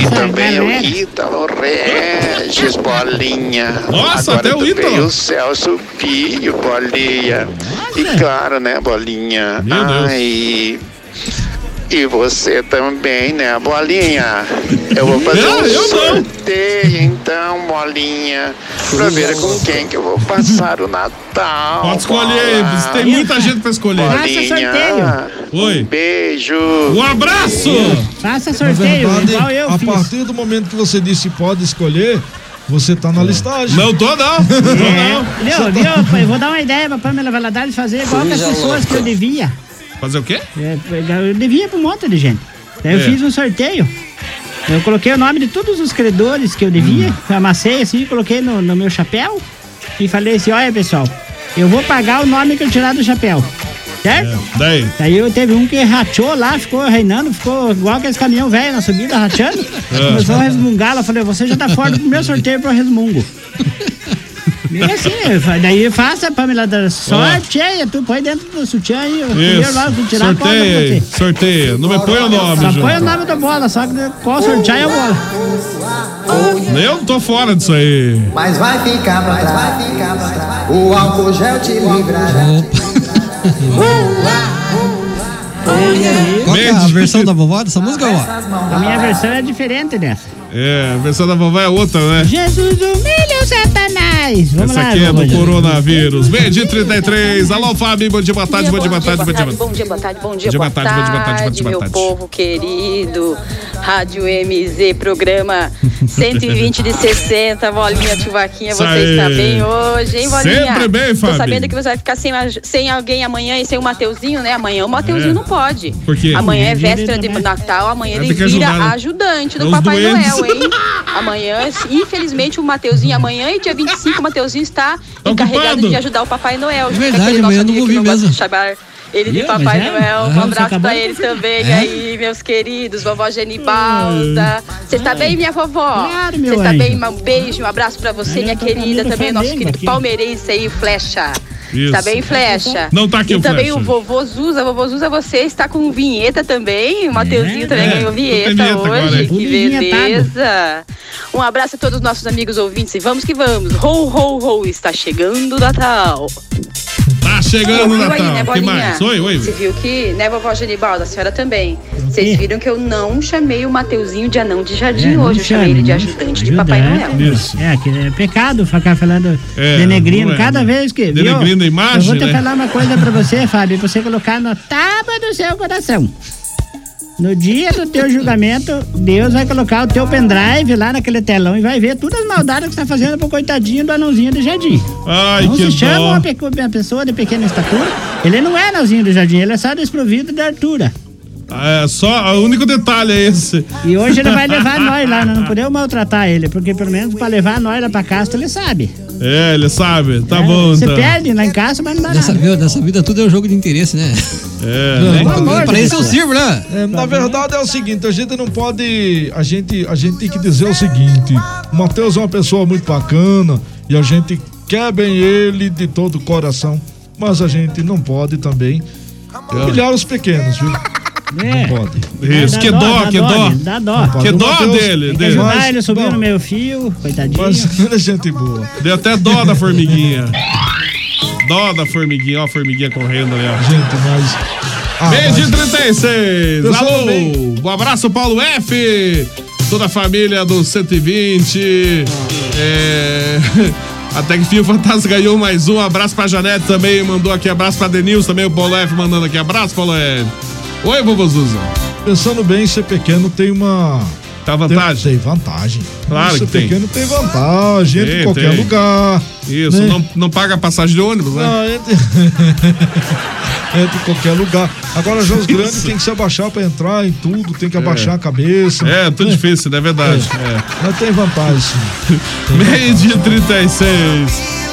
S17: e também o Ítalo Regis Bolinha.
S4: Nossa,
S17: Agora
S4: até o
S17: também
S4: Ítalo.
S17: o Celso Filho Bolinha. E claro, né, Bolinha?
S4: Meu Deus.
S17: Ai, E você também, né, Bolinha? Eu vou fazer
S4: Não,
S17: um
S4: Ah, eu não.
S17: sorteio, então, Bolinha, pra ver com quem que eu vou passar o Natal.
S4: Pode escolher,
S17: Bola.
S4: tem muita gente pra escolher.
S8: Ah, é
S17: Bolinha.
S4: Oi.
S17: é beijo.
S4: Um abraço.
S8: Faça
S4: sorteio, igual eu
S2: a
S4: fiz.
S2: partir do momento que você disse pode escolher, você tá na listagem.
S4: Não tô, não.
S8: É,
S2: tá
S8: Leo, Leo, eu vou dar uma ideia pra Pamela Valadares fazer igual com as
S4: Coisa
S8: pessoas que eu devia.
S4: Fazer o quê?
S8: É, Eu devia pra um monte de gente. Daí eu
S4: É.
S8: fiz um sorteio. Eu coloquei o nome de todos os credores que eu devia, amassei assim, coloquei no, no meu chapéu e falei assim: olha pessoal, eu vou pagar o nome que eu tirar do chapéu. Certo?
S4: Daí.
S8: Daí eu teve um que rachou lá, ficou reinando, ficou igual aqueles caminhão velho na subida, rachando.
S4: É.
S8: Começou a resmungar, ela falou, você já tá fora do meu sorteio pro resmungo. E assim, eu fa- daí faça, Pamela, da sorte, aí, tu põe dentro do sutiã aí, o primeiro lá, tu
S4: É. Isso.
S8: tirar coloca pra
S4: Sorteia aí.
S8: você.
S4: Sorteia. Não me põe o nome,
S8: Só
S4: Ju.
S8: põe o nome da bola, só que qual sortear é a bola.
S4: Eu tô fora disso aí.
S18: Mas vai ficar pra trás, O álcool gel te livrará.
S7: Qual que é a versão da vovó dessa música, ó?
S8: A minha versão é diferente dessa.
S4: É, a versão da vovó é outra, né?
S8: Jesus humilha o Satanás. Vamos
S4: Essa
S8: lá,
S4: aqui é
S8: vovó
S4: do
S8: Ju.
S4: coronavírus. Meio dia 33. Alô, Fábio. Bom dia, boa tarde, bom dia, boa tarde, bom dia.
S19: Bom dia, boa tarde, bom dia,
S4: Boa tarde, boa
S19: boa
S4: tarde, boa tarde,
S19: tarde,
S4: boa
S19: meu
S4: tarde.
S19: povo querido. Rádio MZ, programa 120 de 60, bolinha Tivaquinha,
S4: Isso
S19: você
S4: aí.
S19: está bem hoje, hein, bolinha?
S4: Sempre bem,
S19: Tô
S4: Fábio.
S19: sabendo que você vai ficar sem, a- sem alguém amanhã e sem o Mateuzinho, né? Amanhã o Mateuzinho
S4: É.
S19: não pode.
S4: Por quê?
S19: Amanhã é véspera de Natal, amanhã
S4: Vai
S19: ele
S4: ter que
S19: vira
S4: ajudar, né?
S19: ajudante do
S4: Os
S19: Papai
S4: doentes.
S19: Noel, hein? Amanhã, infelizmente, o Mateuzinho amanhã e dia 25, o Mateuzinho
S4: Tá
S19: está encarregado de ajudar É, o Papai Noel. Fica
S7: É verdade,
S19: aquele nosso
S7: amanhã eu não
S19: amigo
S7: vou vir
S19: que gosta
S7: mesmo.
S19: de chamar ele de
S7: Ih, mas
S19: Papai
S7: é?
S19: Noel.
S7: Ah,
S19: Um
S7: você
S19: abraço
S7: acabou
S19: pra
S7: de
S19: ele
S7: fazer.
S19: também.
S7: É?
S19: aí, meus queridos, vovó Genibalda. Você tá bem, minha vovó?
S8: Claro, meu
S19: Você tá
S8: anjo.
S19: bem? Um beijo, um abraço pra você, minha querida.
S8: Flamengo,
S19: Também nosso querido
S8: aqui.
S19: palmeirense aí, o Flecha.
S4: Isso.
S19: Tá bem, Flecha?
S4: Não tá aqui
S19: e
S4: o
S19: também
S4: Flecha.
S19: o vovô Zuza, vovô Zuza, você está com vinheta também. O Mateuzinho também
S4: é.
S19: ganhou
S4: Tudo
S19: vinheta,
S4: tem vinheta
S19: hoje.
S4: agora, é.
S19: Que
S4: Tudo vinhetado.
S19: beleza! Um abraço a todos os nossos amigos ouvintes e vamos que vamos. Ho, ho, ho, está chegando o Natal.
S4: Tá chegando o
S19: Ouviu
S4: Natal.
S19: Aí, né,
S4: que
S19: Bolinha?
S4: mais? Oi, oi.
S19: Você viu que, né, vovó Genibalda, a senhora também. Vocês viram que eu não chamei o Mateuzinho de anão de
S4: É,
S19: jardim
S8: não
S19: hoje. Eu chamei
S8: chame,
S19: ele de
S8: não.
S19: ajudante de Papai
S8: Ajudante,
S19: Noel.
S8: né? É, que é pecado ficar falando
S4: É,
S8: denegrino
S4: não é,
S8: cada
S4: né?
S8: vez que.
S4: Denegrino a
S8: viu?
S4: imagem,
S8: Eu vou te
S4: né?
S8: falar uma coisa pra você, Fábio, pra você colocar na tábua do seu coração. No dia do teu julgamento, Deus vai colocar o teu pendrive lá naquele telão e vai ver todas as maldades que você tá fazendo pro coitadinho do anãozinho do jardim.
S4: Ai,
S8: não
S4: que
S8: se chama
S4: dó.
S8: uma, pecu- uma pessoa de pequena estatura. Ele não é anãozinho do jardim, ele é só desprovido da altura.
S4: É, só, o único detalhe é esse.
S8: E hoje ele vai levar nós lá, nós não podemos maltratar ele, porque pelo menos pra levar nós lá pra casa, ele sabe.
S4: É, ele sabe. Tá bom,
S8: Você
S4: então.
S8: perde lá em casa, mas não dá
S7: Dessa,
S8: nada.
S7: meu, dessa vida tudo é um jogo de interesse, né?
S4: É.
S7: Não,
S2: né?
S7: pra-
S2: Pelo amor
S7: pra
S2: de
S7: isso eu
S2: Deus.
S7: sirvo, né?
S2: É, na verdade é o seguinte, a gente não pode, a gente, a gente tem que dizer o seguinte, o Matheus é uma pessoa muito bacana e a gente quer bem ele de todo o coração, mas a gente não pode também humilhar os pequenos, viu? Não pode.
S4: Isso, que dó, que dó.
S8: Dá dó.
S4: Que
S2: Não
S4: dó
S2: pode. O Matheus
S4: dele,
S2: tem que
S4: dele.
S2: ajudar
S4: Mas-
S8: Ele subiu
S4: bom,
S8: no meu fio, coitadinho.
S4: Mas
S2: ele é gente boa.
S4: Deu até dó da formiguinha. Dó da formiguinha, ó a formiguinha correndo ali, ó.
S2: Gente, mas. Ah,
S4: Meio de
S2: mas-
S4: 36.
S2: Pessoal, bem.
S4: Alô! Um abraço, Paulo F. Toda a família do 120. É. Até que fim o Fantasma ganhou mais um. Abraço pra Janete também. Mandou aqui abraço pra Denils também. O Paulo F mandando aqui abraço, Paulo F. Oi, vovô Zuza.
S2: Pensando bem, ser pequeno tem uma.
S4: Tá vantagem?
S2: Tem, tem vantagem.
S4: Claro
S2: ser
S4: que tem.
S2: pequeno tem vantagem, entra
S4: Tem,
S2: em qualquer
S4: tem.
S2: lugar.
S4: Isso,
S2: né?
S4: não, não paga passagem de ônibus, né?
S2: Não, é entra... entra em qualquer lugar. Agora, Jogos
S4: Isso.
S2: Grandes tem que se abaixar pra entrar em tudo, tem que abaixar a cabeça.
S4: É, tudo difícil, né? é verdade. É.
S2: Mas tem vantagem. sim.
S4: Meio de 36.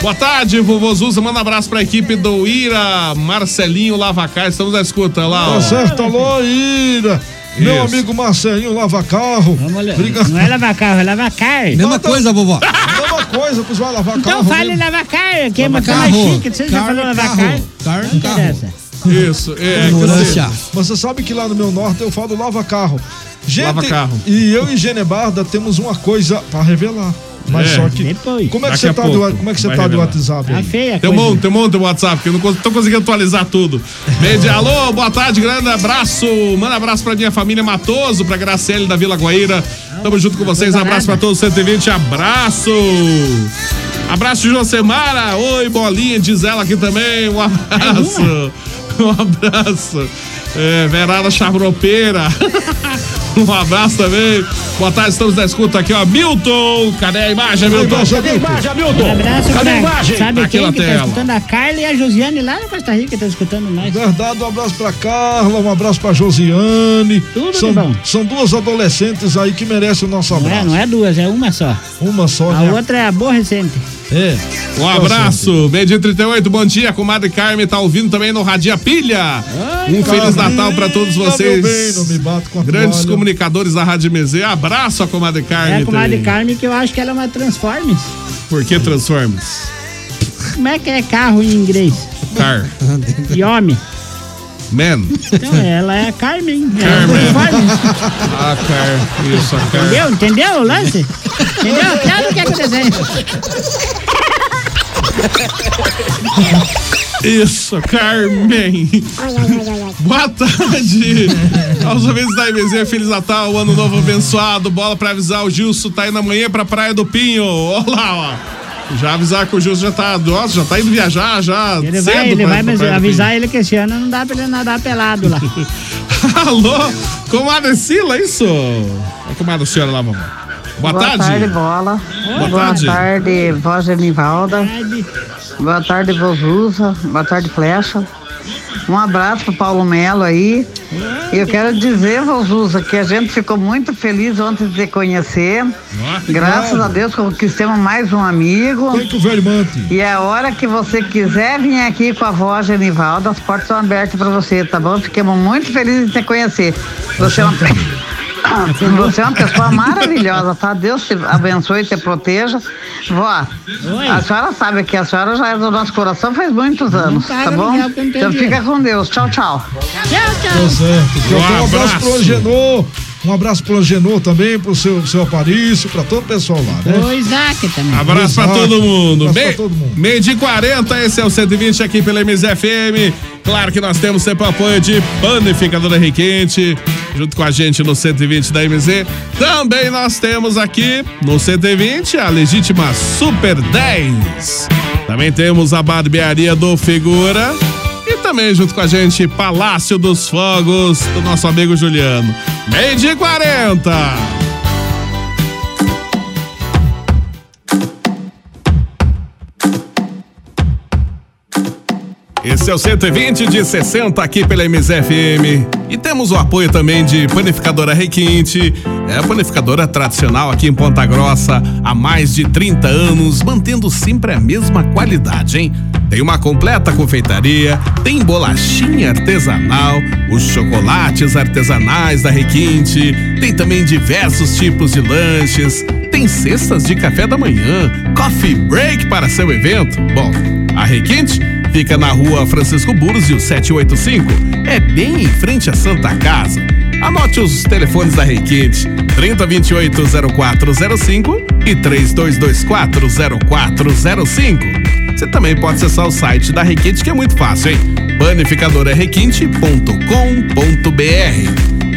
S4: Boa tarde, vovô Zuza. Manda um abraço pra equipe do Ira, Marcelinho Lavacar. Estamos na escuta lá. ó.
S2: Tá certo, alô, Ira. Meu
S4: Isso.
S2: amigo Marcelinho lava carro. Vamos olhar.
S8: Não é lavar carro, é lavar carne.
S2: Mesma coisa,
S7: vovó.
S2: Mesma coisa, pois vai lavar carro.
S8: Então fale
S2: né?
S8: lavar carne, que é
S2: Lavar
S8: muito mais
S2: carro.
S8: chique. Você já
S2: Carne,
S4: é
S8: falou lavar
S2: carro.
S8: carne?
S7: Carne,
S8: carro.
S4: Isso, é.
S2: Ignorância.
S4: quer dizer,
S2: Mas Você sabe que lá no meu norte eu falo lava carro.
S4: Lava carro.
S2: E eu e Genebarda temos uma coisa pra revelar. Mas
S4: É.
S2: só que. Como é que
S4: Daqui
S2: você
S4: a
S2: tá,
S4: pouco
S2: do, como é que você
S4: vai
S2: tá do
S4: revelar.
S2: WhatsApp? aí?
S4: Tem um monte, tem um monte de WhatsApp, que eu não cons- tô conseguindo atualizar tudo. Meio de- Alô, boa tarde, grande abraço. Manda abraço pra minha família Matoso, pra Graciele da Vila Guaíra. Tamo junto com vocês. Abraço pra todos os 120. Abraço. Abraço, Josemara. Oi, bolinha, diz ela aqui também. Um abraço. Um abraço. É, Verada Charropeira. Um abraço também. Boa tarde, estamos na escuta aqui, ó. Milton, cadê a imagem, Milton?
S8: Um abraço
S4: Cadê a
S8: pra-
S4: imagem?
S8: Sabe
S4: Tá aqui
S8: quem
S4: na
S8: que tá
S4: tela.
S8: escutando? A Carla e a Josiane lá na Costa Rica estão escutando nós.
S2: Verdade, um abraço pra Carla, um abraço pra Josiane.
S8: de
S2: são,
S8: bom.
S2: são duas adolescentes aí que merecem o nosso
S8: Não
S2: abraço.
S8: é, não é duas, é uma só.
S2: Uma só,
S8: A
S2: né?
S8: outra é a boa recente.
S2: É.
S4: Um abraço, meio dia 38, bom dia, comadre Carmen tá ouvindo também no Radia Pilha. um Feliz
S2: Carminha,
S4: Natal pra todos vocês.
S2: Meu Tá bem, não me bato com a
S4: Grandes
S2: toalha.
S4: comunicadores da Rádio MZ, abraço a comadre Carmen.
S8: É a comadre
S4: também.
S8: Carmen que eu acho que ela é uma Transformers.
S4: Por que Transformers?
S8: Como é que é carro em inglês?
S4: Car.
S8: E homem.
S4: Man.
S8: Então ela é a Carmen.
S4: Carmen.
S8: Ela é Transformers.
S4: Ah, Car. Isso, a Car.
S8: Entendeu? Entendeu o lance? Entendeu? Claro que é que eu desenho.
S4: Isso, Carmen. Boa tarde. Aos ouvintes da MZ, Feliz Natal, Ano Novo abençoado. Bola pra avisar, o Gilson tá indo amanhã pra Praia do Pinho. Olha lá, ó. Já avisar que o Gilson já tá, nossa, já tá indo viajar, já
S8: Ele
S4: cedo
S8: vai, ele
S4: pra-
S8: vai
S4: pra
S8: mas
S4: Praia do
S8: avisar ele que esse ano não dá pra ele nadar pelado lá.
S4: Pinho. Alô, comadre Sila, é isso? Olha comadre a senhora lá, mamãe. Boa, tarde.
S20: Bola.
S4: Boa
S20: Boa,
S4: tarde.
S20: tarde. vó Genivalda. Boa tarde, Vovusa. Boa tarde, Flecha. Um abraço pro Paulo Melo aí. E eu quero dizer, Vovusa, que a gente ficou muito feliz ontem de te conhecer. Graças a Deus conquistamos mais um amigo. E é a hora que você quiser vir aqui com a vó Genivalda, as portas estão abertas para você, tá bom? Fiquemos muito felizes em te conhecer. Você é uma Você é uma pessoa maravilhosa, tá? Deus te abençoe, te proteja. Vó, a senhora sabe que a senhora já é do nosso coração faz muitos anos,
S21: para,
S20: tá bom?
S21: Miguel, que eu entendi.
S20: Então fica com Deus. Tchau, tchau.
S2: Tá certo.
S20: Um
S2: Um, um abraço
S20: abraço.
S2: pro Angenor. Um abraço pro Angenor também, pro seu, seu Aparício, pra todo o pessoal lá,
S4: É.
S2: né?
S21: O Isaac também.
S4: Abraço pra
S2: Exato.
S4: todo mundo.
S2: Abraço
S4: Meio-
S2: pra todo mundo.
S4: Meio de 40, esse é o 120 aqui pela MZFM. Claro que nós temos sempre o apoio de Panificadora Requinte, junto com a gente no 120 da MZ. Também nós temos aqui no 120 a legítima Super 10. Também temos a barbearia do Figura. E também junto com a gente, Palácio dos Fogos, do nosso amigo Juliano. Meio de 40. Esse é o 120 de 60 aqui pela MZFM. E temos o apoio também de Panificadora Requinte. É a panificadora tradicional aqui em Ponta Grossa há mais de 30 anos, mantendo sempre a mesma qualidade, hein? Tem uma completa confeitaria, tem bolachinha artesanal, os chocolates artesanais da Requinte, tem também diversos tipos de lanches, tem cestas de café da manhã, coffee break para seu evento. Bom, a Requinte Fica na rua Francisco Búrzio 785. É bem em frente à Santa Casa. Anote os telefones da Requinte: 3028-0405 e 3224-0405. Você também pode acessar o site da Requinte, que é muito fácil, hein? panificadorarequinte.com.br.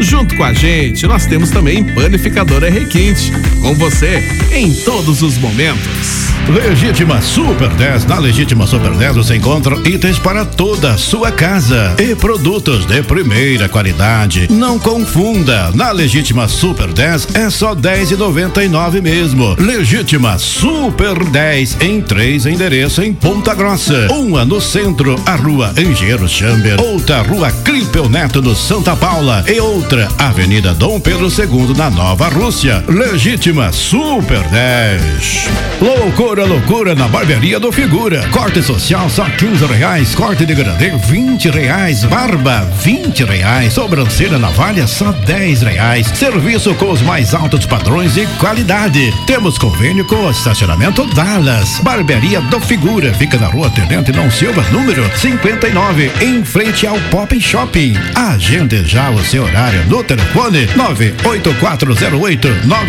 S4: Junto com a gente, nós temos também Panificadora Requinte. Com você em todos os momentos.
S22: Legítima Super 10. Na Legítima Super 10 você encontra itens para toda a sua casa e produtos de primeira qualidade. Não confunda. Na Legítima Super 10 é só 10,99 mesmo. Legítima Super 10 em três endereços em Ponta Grossa. Uma no centro, a rua Engenheiro Chamber. Outra, rua Clipeu Neto no Santa Paula. E outra, Avenida Dom Pedro II na Nova Rússia. Legítima Super 10. Loucura, loucura na barbearia do Figura. Corte social só 15 reais. Corte de grande 20 reais. Barba 20 reais. Sobrancelha navalha só 10 reais. Serviço com os mais altos padrões e qualidade. Temos convênio com o estacionamento Dallas. Barbearia do Figura. Fica na rua Tenente Não Silva, número 59, em frente ao Pop Shopping. Agende já o seu horário no telefone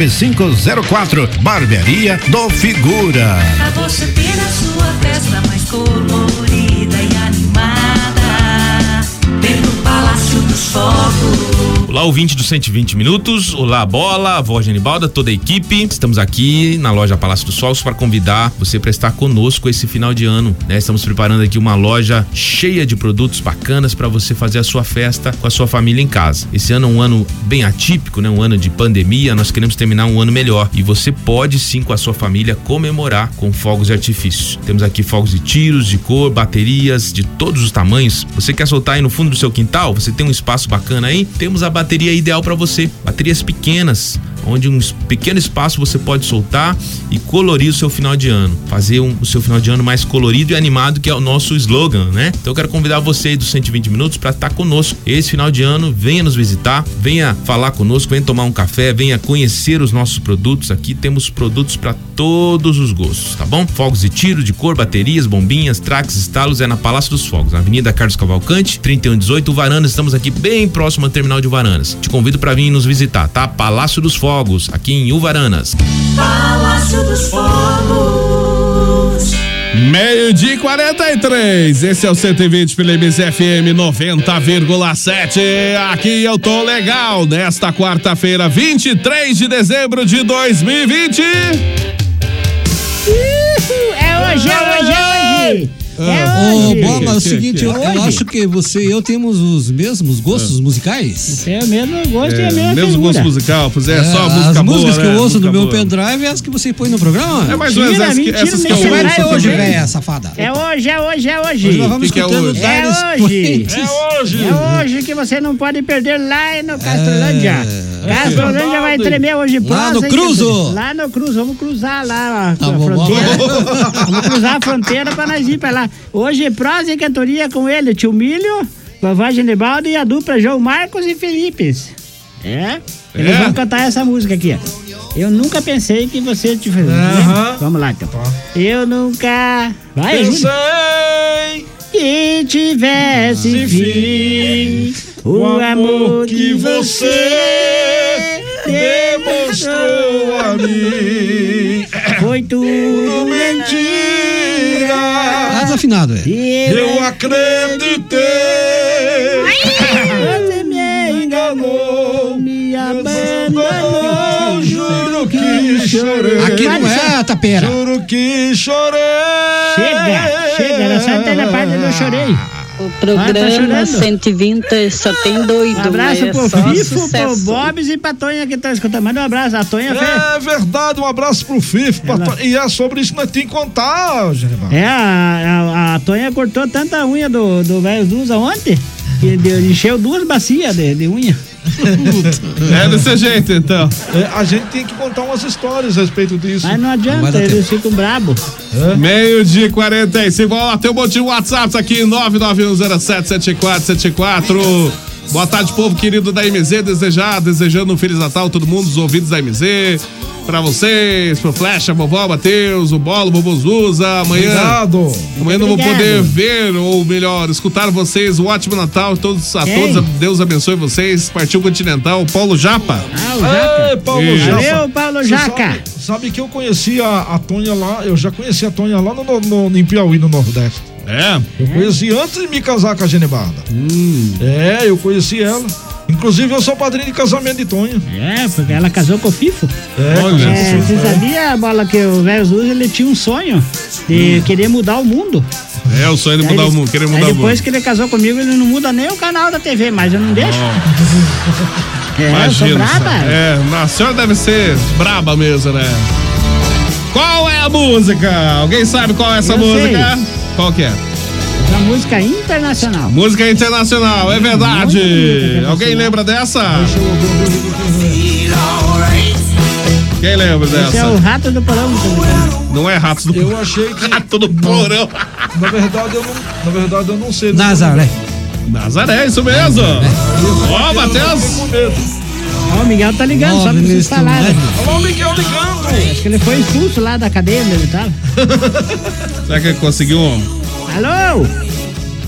S22: 98408-9504. Barbearia do Figura.
S23: Pra você ter a sua festa mais colorida e animada. Dentro do Palácio dos Fogos.
S24: Olá, ouvinte dos 120 Minutos. Olá, Bola, a voz de Anibalda, toda a equipe. Estamos aqui na loja Palácio dos Solos para convidar você para estar conosco esse final de ano. né? Estamos preparando aqui uma loja cheia de produtos bacanas para você fazer a sua festa com a sua família em casa. Esse ano é um ano bem atípico, né? um ano de pandemia. Nós queremos terminar um ano melhor e você pode sim, com a sua família, comemorar com fogos de artifício. Temos aqui fogos de tiros, de cor, baterias de todos os tamanhos. Você quer soltar aí no fundo do seu quintal? Você tem um espaço bacana aí? Temos a bateria ideal para você. Baterias pequenas, onde um es- pequeno espaço você pode soltar e colorir o seu final de ano. Fazer um- o seu final de ano mais colorido e animado, que é o nosso slogan, né? Então eu quero convidar você aí dos 120 minutos tá para estar conosco esse final de ano. Venha nos visitar, venha falar conosco, venha tomar um café, venha conhecer os nossos produtos aqui. Temos produtos para todos os gostos, tá bom? Fogos de tiro, de cor, baterias, bombinhas, traques, estalos é na Palácio dos Fogos, na Avenida Carlos Cavalcante, 3118 Varanas. Estamos aqui bem próximo ao terminal de Varanas. Te convido para vir nos visitar, tá? Palácio dos Fogos, aqui em Uvaranas.
S23: Palácio dos Fogos.
S4: Meio de 43, esse é o 120 pela MZFM 90,7. Aqui eu tô legal nesta quarta-feira, 23 de dezembro de 2020.
S21: É hoje, é hoje, é hoje.
S4: Ah.
S21: É
S7: Ô,
S21: hoje.
S7: Bola, é o seguinte, eu, eu
S21: Hoje.
S7: acho que você e eu temos os mesmos gostos musicais. Ah,
S21: É o mesmo gosto e a mesma
S4: Ah. mesmo
S21: figura.
S4: gosto musical, pois é, só
S7: as
S4: música boa.
S7: músicas que
S4: né?
S7: eu ouço
S4: Música
S7: no meu
S4: boa.
S7: pendrive é as que você põe no programa.
S4: É mais ou menos Mentira, essas que- mentira, essas que eu
S7: Você
S4: ouço
S8: é
S7: vai hoje,
S4: também.
S7: velho, safada.
S21: É hoje, é hoje, é
S7: Hoje
S21: hoje.
S7: nós vamos Que que é escutando hoje? Dire
S21: É hoje.
S7: Straits.
S21: É hoje. É hoje que você não pode perder lá no
S4: É.
S21: Castrolândia.
S7: É.
S16: É.
S21: Castrolândia vai tremer hoje.
S7: Lá no
S21: prosa, hein,
S7: Cruzo.
S21: Castrolândia? Lá no Cruzo. Vamos cruzar lá ó,
S7: Tá
S21: a
S7: bom,
S21: fronteira. vamos cruzar a fronteira pra nós ir pra lá. Hoje, prosa e cantoria com ele, tio Milho, vovó Genibaldo e a dupla João Marcos e Felipes. É?
S8: Eles
S2: É?
S8: vão cantar essa música aqui, ó. Eu nunca pensei que você te
S21: né?
S8: fez.
S2: Aham.
S8: Vamos lá, então. Eu nunca. Vai,
S2: Eu
S8: ajuda.
S2: sei
S8: que tivesse fim o amor que você
S2: demonstrou a mim
S8: foi tudo
S2: mentira.
S7: Tá desafinado, é.
S2: Eu acreditei.
S8: Você me
S2: enganou.
S8: Me
S2: abandonou. Juro que chorei.
S7: Aqui não é a tapera.
S2: Juro que chorei.
S8: Chega, chega, ela só até na parte do eu chorei.
S25: O
S8: Ah, tá
S25: programa
S8: chorando?
S25: 120 só tem doido.
S8: Um abraço
S25: é
S8: pro
S25: só
S8: Fifo, pro
S25: sucesso.
S8: Bobs e pra Tonha que estão escutando. Manda um abraço, a Tonha
S4: Ah.
S8: fez.
S2: É verdade, um abraço pro FIF. pra to- E é sobre isso que nós temos que contar, Genival.
S8: É, a, a, a Tonha cortou tanta unha do, do velho Zusa ontem que deu- encheu duas bacias de, de unha.
S4: É desse jeito, então.
S2: É, a gente tem que contar umas histórias a respeito disso.
S8: Mas não
S4: Vai
S8: adianta,
S4: dar
S8: eles
S4: Ah, tempo.
S8: ficam brabos.
S4: Meio dia e 45. Vamos lá, tem um monte de WhatsApp aqui, 991077474. Boa tarde, povo querido da MZ, desejar, desejando um Feliz Natal todo mundo, os ouvidos da MZ. Pra vocês, pro Flecha, vovó, Matheus, o Bolo, vovô Zuza, amanhã.
S2: Obrigado.
S4: Amanhã não vou
S2: Obrigado.
S4: poder ver, ou melhor, escutar vocês. Um ótimo Natal a todos, a
S2: Ei.
S4: todos. Deus abençoe vocês. Partiu Continental, Paulo Japa.
S8: Ah,
S2: o Jaca.
S4: Ih.
S8: Valeu, Paulo
S2: Você
S8: Jaca.
S2: Sabe, sabe que eu conheci a, a Tonha lá, eu já conheci a Tonha lá no, no, no- em Piauí, no Nordeste.
S4: É?
S2: Eu conheci antes de me casar com a Genebarda.
S8: Hum.
S2: É, eu conheci ela. Inclusive, eu sou padrinho de casamento de Tonha.
S8: É, porque ela casou com o Fifo.
S2: É,
S8: Olha,
S2: é,
S8: você sabia, Bola, que o velho Zuz, ele tinha um sonho de querer mudar o mundo.
S4: É, o sonho de
S8: Aí
S4: mudar
S8: ele-
S4: o mundo, Hum. querer
S8: aí
S4: mudar o
S8: depois
S4: mundo.
S8: que ele casou comigo, ele não muda nem o canal da TV, mas eu não deixo.
S4: Ah.
S8: É, eu sou braba.
S4: É, a senhora deve ser braba mesmo, né? Qual é a música? Alguém sabe qual é essa
S8: Eu
S4: música? Qual que é?
S8: Da música internacional.
S4: Música internacional, é verdade. Alguém lembra dessa?
S2: um
S4: Quem lembra
S8: Esse é o
S4: dessa?
S8: rato do porão.
S4: Não é Ratos do Porão.
S2: Eu achei que.
S4: Rato do Porão.
S2: Na verdade, eu não, na verdade, eu não sei.
S7: Nazaré.
S4: Nazaré, isso mesmo. Ó, Matheus.
S8: Ó, o Miguel tá ligando, só pra vocês falarem.
S2: Olha o Miguel ligando.
S8: Acho que ele foi expulso lá da cadeia onde ele tava.
S4: Será que ele conseguiu um?
S8: Alô?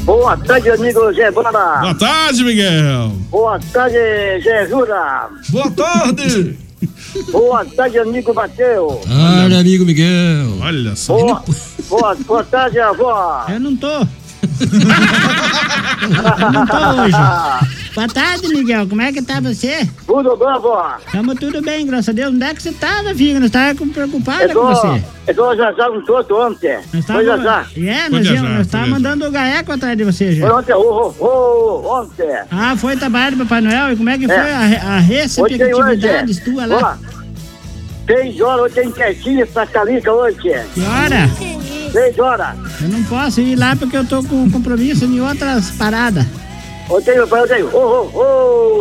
S21: Boa tarde, amigo Gebara.
S4: Boa tarde, Miguel.
S21: Boa tarde, Gerura.
S2: Boa tarde.
S21: Boa tarde, amigo Mateus.
S7: Olha, amigo Miguel.
S4: Olha só.
S21: Boa, boa, boa tarde, avó.
S8: Eu não tô. não tô hoje. Boa tarde, Miguel. Como é que tá você?
S21: Tudo bom, avó?
S8: Tamo tudo bem, graças a Deus. Onde é que você tava, filho? Nós távamos
S21: Eu
S8: preocupados com
S21: tô,
S8: você.
S21: eu tô viajando um todo ontem.
S8: Nós
S21: Foi viajar.
S8: É, nós íamos, nós tava mandando o gaeco atrás de você
S21: Foi
S8: já.
S21: ontem, oh, oh, oh, ontem.
S8: Ah, foi trabalho do Papai Noel? E como é que
S21: É.
S8: foi a, re- a receptividade tua lá?
S21: Seis horas, hoje tem quietinha pra calica hoje. é.
S8: Que hora?
S21: Seis horas.
S8: Eu não posso ir lá porque eu tô com um compromisso em outras paradas. É?
S21: Ontem, eu tenho, oh, oh,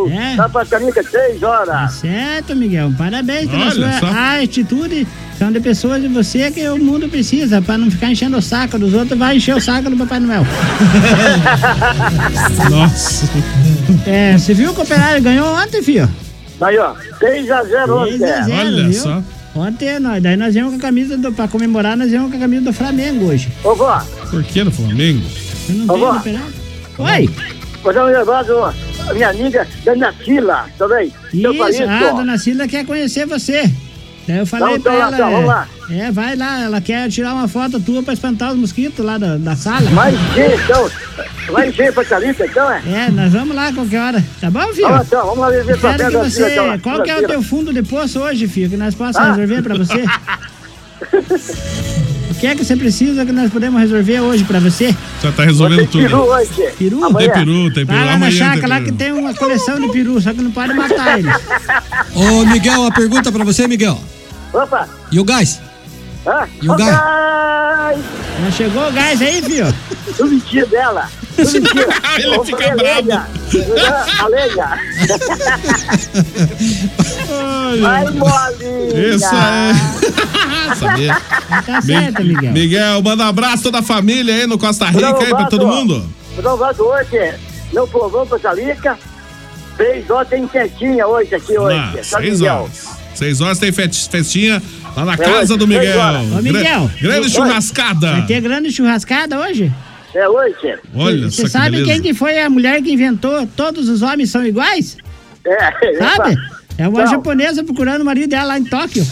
S21: oh. Tá pra calica seis horas.
S8: Tá Certo, Miguel. Parabéns pela
S21: Olha
S8: sua
S21: só.
S8: atitude. São de pessoas de você que o mundo precisa, pra não ficar enchendo o saco dos outros, vai encher o saco do Papai Noel.
S4: Nossa.
S8: É, você viu que o Operário ganhou ontem, filho?
S21: Aí, ó, 3 a 0 ontem.
S8: 3 a 0, viu? Ontem nós, daí nós viemos com a camisa do, pra comemorar, nós viemos com a camisa do Flamengo hoje.
S21: Ô, vó,
S4: Por que no Flamengo?
S8: Eu não
S21: Ô,
S8: tenho
S21: vó.
S8: Operário. Oi.
S21: vou dar um negócio, ó. A minha amiga, Dona Sila, também. Seu
S8: Isso,
S21: Paulista,
S8: ah,
S21: ó.
S8: dona Cila quer conhecer você. Daí É, eu falei
S21: Então, então,
S8: pra
S21: lá,
S8: ela.
S21: então, vamos lá.
S8: é, é, vai lá, ela quer tirar uma foto tua pra espantar os mosquitos lá da, da sala.
S21: Vai ver, então. Vai ver pra Calica, então, é?
S8: É, nós vamos lá qualquer hora. Tá bom, filho?
S21: Vamos lá, então, vamos lá ver pra
S8: Quero que
S21: dona Cila,
S8: você.
S21: então, lá,
S8: Qual
S21: dona
S8: que é o
S21: Cila.
S8: teu fundo de poço hoje, filho? Que nós possamos
S21: Ah.
S8: resolver pra você? o que é que você precisa que nós podemos resolver hoje pra você?
S4: Já tá resolvendo tudo.
S8: Peru?
S4: Tem peru, tem peru.
S8: Vai lá na
S4: Amanhã
S8: chácara
S4: tem
S8: lá
S4: peru.
S8: que tem uma coleção de peru, só que não pode matar eles.
S7: Ô, Miguel, uma pergunta pra você, Miguel.
S21: Opa!
S7: E o gás?
S21: Hã?
S7: E Ah, o gás?
S8: Já chegou o gás aí, filho?
S21: Tu mentiu dela. Tu mentiu.
S4: Ele
S21: Ô,
S4: fica
S21: Valéria. Hã? Valéria. Vai, molinha.
S4: Isso
S2: é.
S4: aí. Sabia.
S8: Tá
S4: Mi-
S21: certo, Miguel.
S4: Miguel, manda um abraço toda a família aí no Costa Rica aí pra todo mundo.
S21: Provado hoje. Não provamos pra Calica. Seis horas tem festinha hoje aqui, hoje.
S4: Lá,
S21: São
S4: seis
S21: Miguel.
S4: horas. Seis horas tem fet- festinha lá na
S21: É
S4: casa
S21: hoje,
S4: do
S21: seis
S4: Miguel.
S21: horas.
S8: Ô, Miguel.
S4: Gran-
S8: Oi.
S4: grande
S8: Vai
S4: churrascada.
S8: ter grande churrascada hoje?
S21: É hoje.
S4: Olha só
S8: Você
S4: que
S8: sabe
S4: beleza.
S8: quem que foi a mulher que inventou todos os homens são iguais?
S21: É,
S8: Sabe?
S21: epa.
S8: É uma japonesa procurando o marido dela lá em Tóquio.